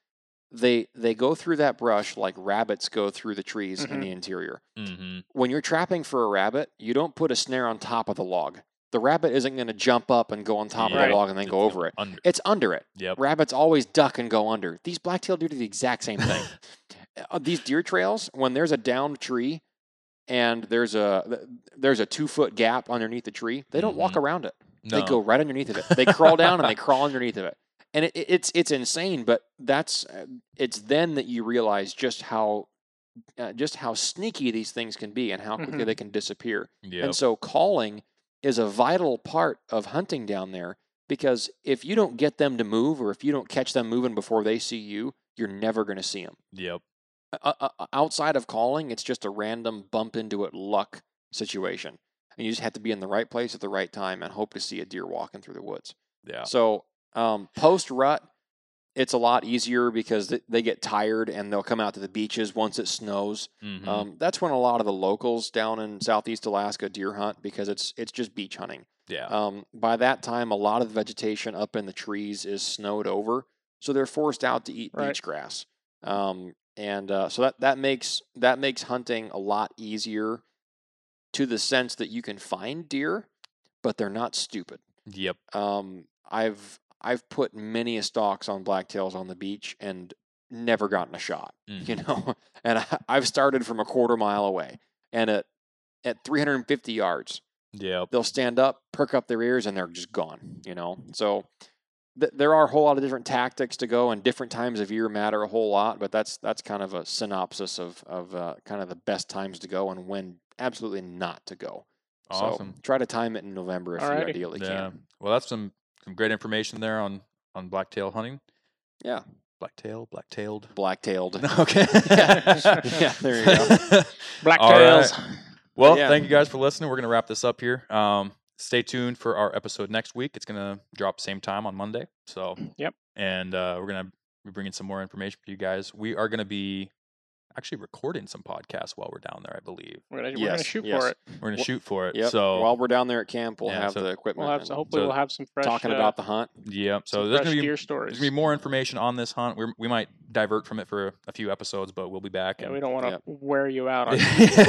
They they go through that brush like rabbits go through the trees in
Mhm.
the interior
Mm-hmm.
when you're trapping for a rabbit, you don't put a snare on top of the log. The rabbit isn't going to jump up and go on top of
Right.
the log and then go over it.
Under.
It's under it.
Yep.
Rabbits always duck and go under. These black-tailed deer do the exact same thing. Uh, These deer trails, when there's a downed tree and there's a th- there's a two foot gap underneath the tree, they don't walk around it. They
No.
go right underneath of it.
*laughs*
They crawl down and they crawl underneath of it. And it, it- it's it's insane, but that's uh, it's then that you realize just how uh, just how sneaky these things can be and how quickly
Mhm.
they can disappear.
Mm-hmm. Yep.
And so calling is a vital part of hunting down there because if you don't get them to move or if you don't catch them moving before they see you, you're never going to see them.
Yep.
Uh, uh, uh, outside of calling, it's just a random bump into it luck situation. And you just have to be in the right place at the right time and hope to see a deer walking through the woods.
Yeah.
So um, post rut, it's a lot easier because th- they get tired and they'll come out to the beaches once it snows.
Mhm.
Um, that's when a lot of the locals down in southeast Alaska deer hunt because it's it's just beach hunting.
yeah.
Um, by that time, a lot of the vegetation up in the trees is snowed over, so they're forced out to eat
Right.
beach grass. Um, and uh, so that that makes that makes hunting a lot easier, to the sense that you can find deer, but they're not stupid.
yep.
Um, I've I've put many a stalks on blacktails on the beach and never gotten a shot. *laughs*
Mm.
You know, and I, I've started from a quarter mile away, and at at 350 yards,
Yep.
they'll stand up, perk up their ears, and they're just gone. You know, so
th- there are a whole lot of different tactics to go, and different times of year matter a whole lot. But that's that's kind of a synopsis of of uh, kind of the best times to go and when absolutely not to go.
Awesome.
So try to time it in November if
Alrighty.
you ideally
yeah.
can.
Well, that's some some great information there on on blacktail hunting.
Yeah.
Blacktail,
*laughs*
blacktailed. *laughs*
Black-tailed.
Okay.
Yeah, there you
*laughs*
go.
All right. *laughs*
Blacktails.
Well,
Yeah.
thank you guys for listening. We're going to wrap this up here. Um, stay tuned for our episode next week. It's going to drop same time on Monday.
*clears throat*
So,
Yep.
And uh, we're going to be bringing some more information for you guys. We are going to be actually recording some podcasts while we're down there, I believe.
We're gonna, we're gonna
Yes,
shoot
yes.
for it.
We're going to
Wh-
shoot for it.
Yep.
So,
While we're down there at camp, we'll
Yeah,
have
so-
the equipment.
We'll have
and
some, hopefully
so
we'll have some fresh
talking
uh,
about the
*laughs*
hunt.
yeah. So,
some
there's
fresh
going to be
deer stories.
There's gonna be more information on this hunt. We're, we might divert from it for a, few episodes, but we'll be back.
yeah,
and-
we don't want to
Yep.
wear you out
*laughs*
on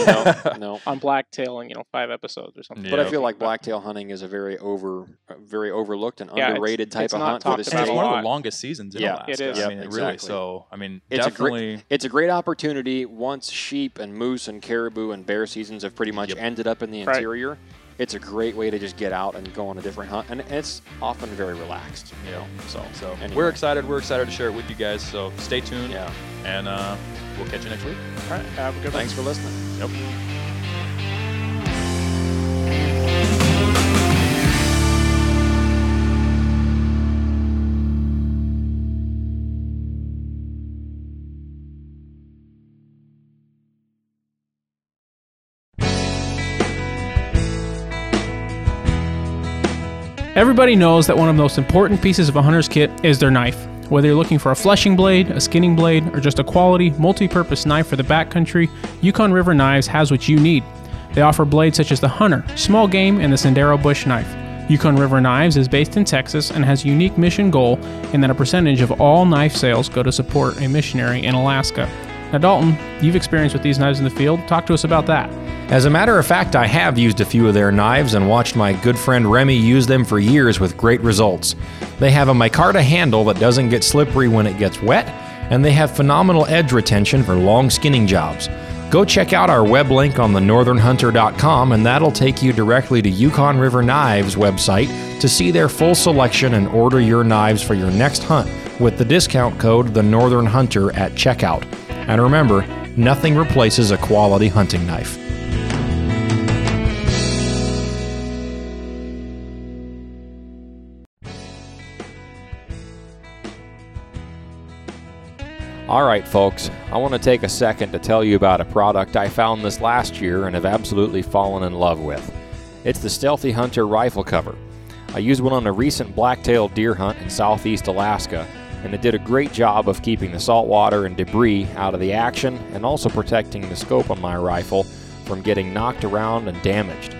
no, no.
on blacktail in you know five episodes or something.
But
Yeah.
I feel like blacktail hunting is a very over, a very overlooked and
Yeah, it's-
underrated type
it's
of
not
hunt for the
talked
And
about
state.
it's
a
one of
lot.
the longest seasons in
Yeah,
Alaska.
it is.
I
Yep,
mean, it really.
exactly.
So, I mean,
It's a great-
definitely.
It's a great opportunity once sheep and moose and caribou and bear seasons have pretty much
Yep.
ended up in the
Right.
interior. It's a great way to just get out and go on a different hunt, and it's often very relaxed. You know, so
So
anyway.
we're excited. We're excited to share it with you guys. So stay tuned,
yeah.
and uh, we'll catch you next week.
All right, have a good one.
Thanks for listening.
Everybody knows that one of the most important pieces of a hunter's kit is their knife. Whether you're looking for a flushing blade, a skinning blade, or just a quality, multi purpose knife for the backcountry, Yukon River Knives has what you need. They offer blades such as the Hunter, Small Game, and the Sendero Bush Knife. Yukon River Knives is based in Texas and has a unique mission goal in that a percentage of all knife sales go to support a missionary in Alaska. Now, Dalton, you've experienced with these knives in the field. Talk to us about that.
As a matter of fact, I have used a few of their knives and watched my good friend Remy use them for years with great results. They have a micarta handle that doesn't get slippery when it gets wet, and they have phenomenal edge retention for long skinning jobs. Go check out our web link on thenorthernhunter.com, and that'll take you directly to Yukon River Knives website to see their full selection and order your knives for your next hunt with the discount code The Northern Hunter at checkout. And remember, nothing replaces a quality hunting knife. All right, folks, I want to take a second to tell you about a product I found this last year and have absolutely fallen in love with. It's the Stealthy Hunter rifle cover. I used one on a recent blacktail deer hunt in southeast Alaska, and it did a great job of keeping the saltwater and debris out of the action and also protecting the scope on my rifle from getting knocked around and damaged.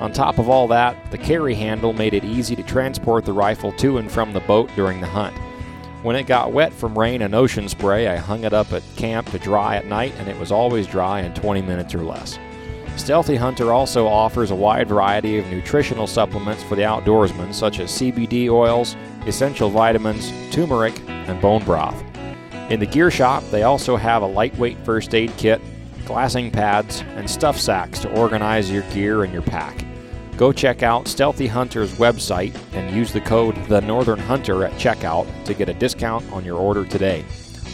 On top of all that, the carry handle made it easy to transport the rifle to and from the boat during the hunt. When it got wet from rain and ocean spray, I hung it up at camp to dry at night, and it was always dry in 20 minutes or less. Stealthy Hunter also offers a wide variety of nutritional supplements for the outdoorsman, such as CBD oils, essential vitamins, turmeric, and bone broth. In the gear shop, they also have a lightweight first aid kit, glassing pads, and stuff sacks to organize your gear and your pack. Go check out Stealthy Hunter's website and use the code The Northern Hunter at checkout to get a discount on your order today.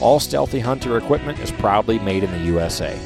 All Stealthy Hunter equipment is proudly made in the USA.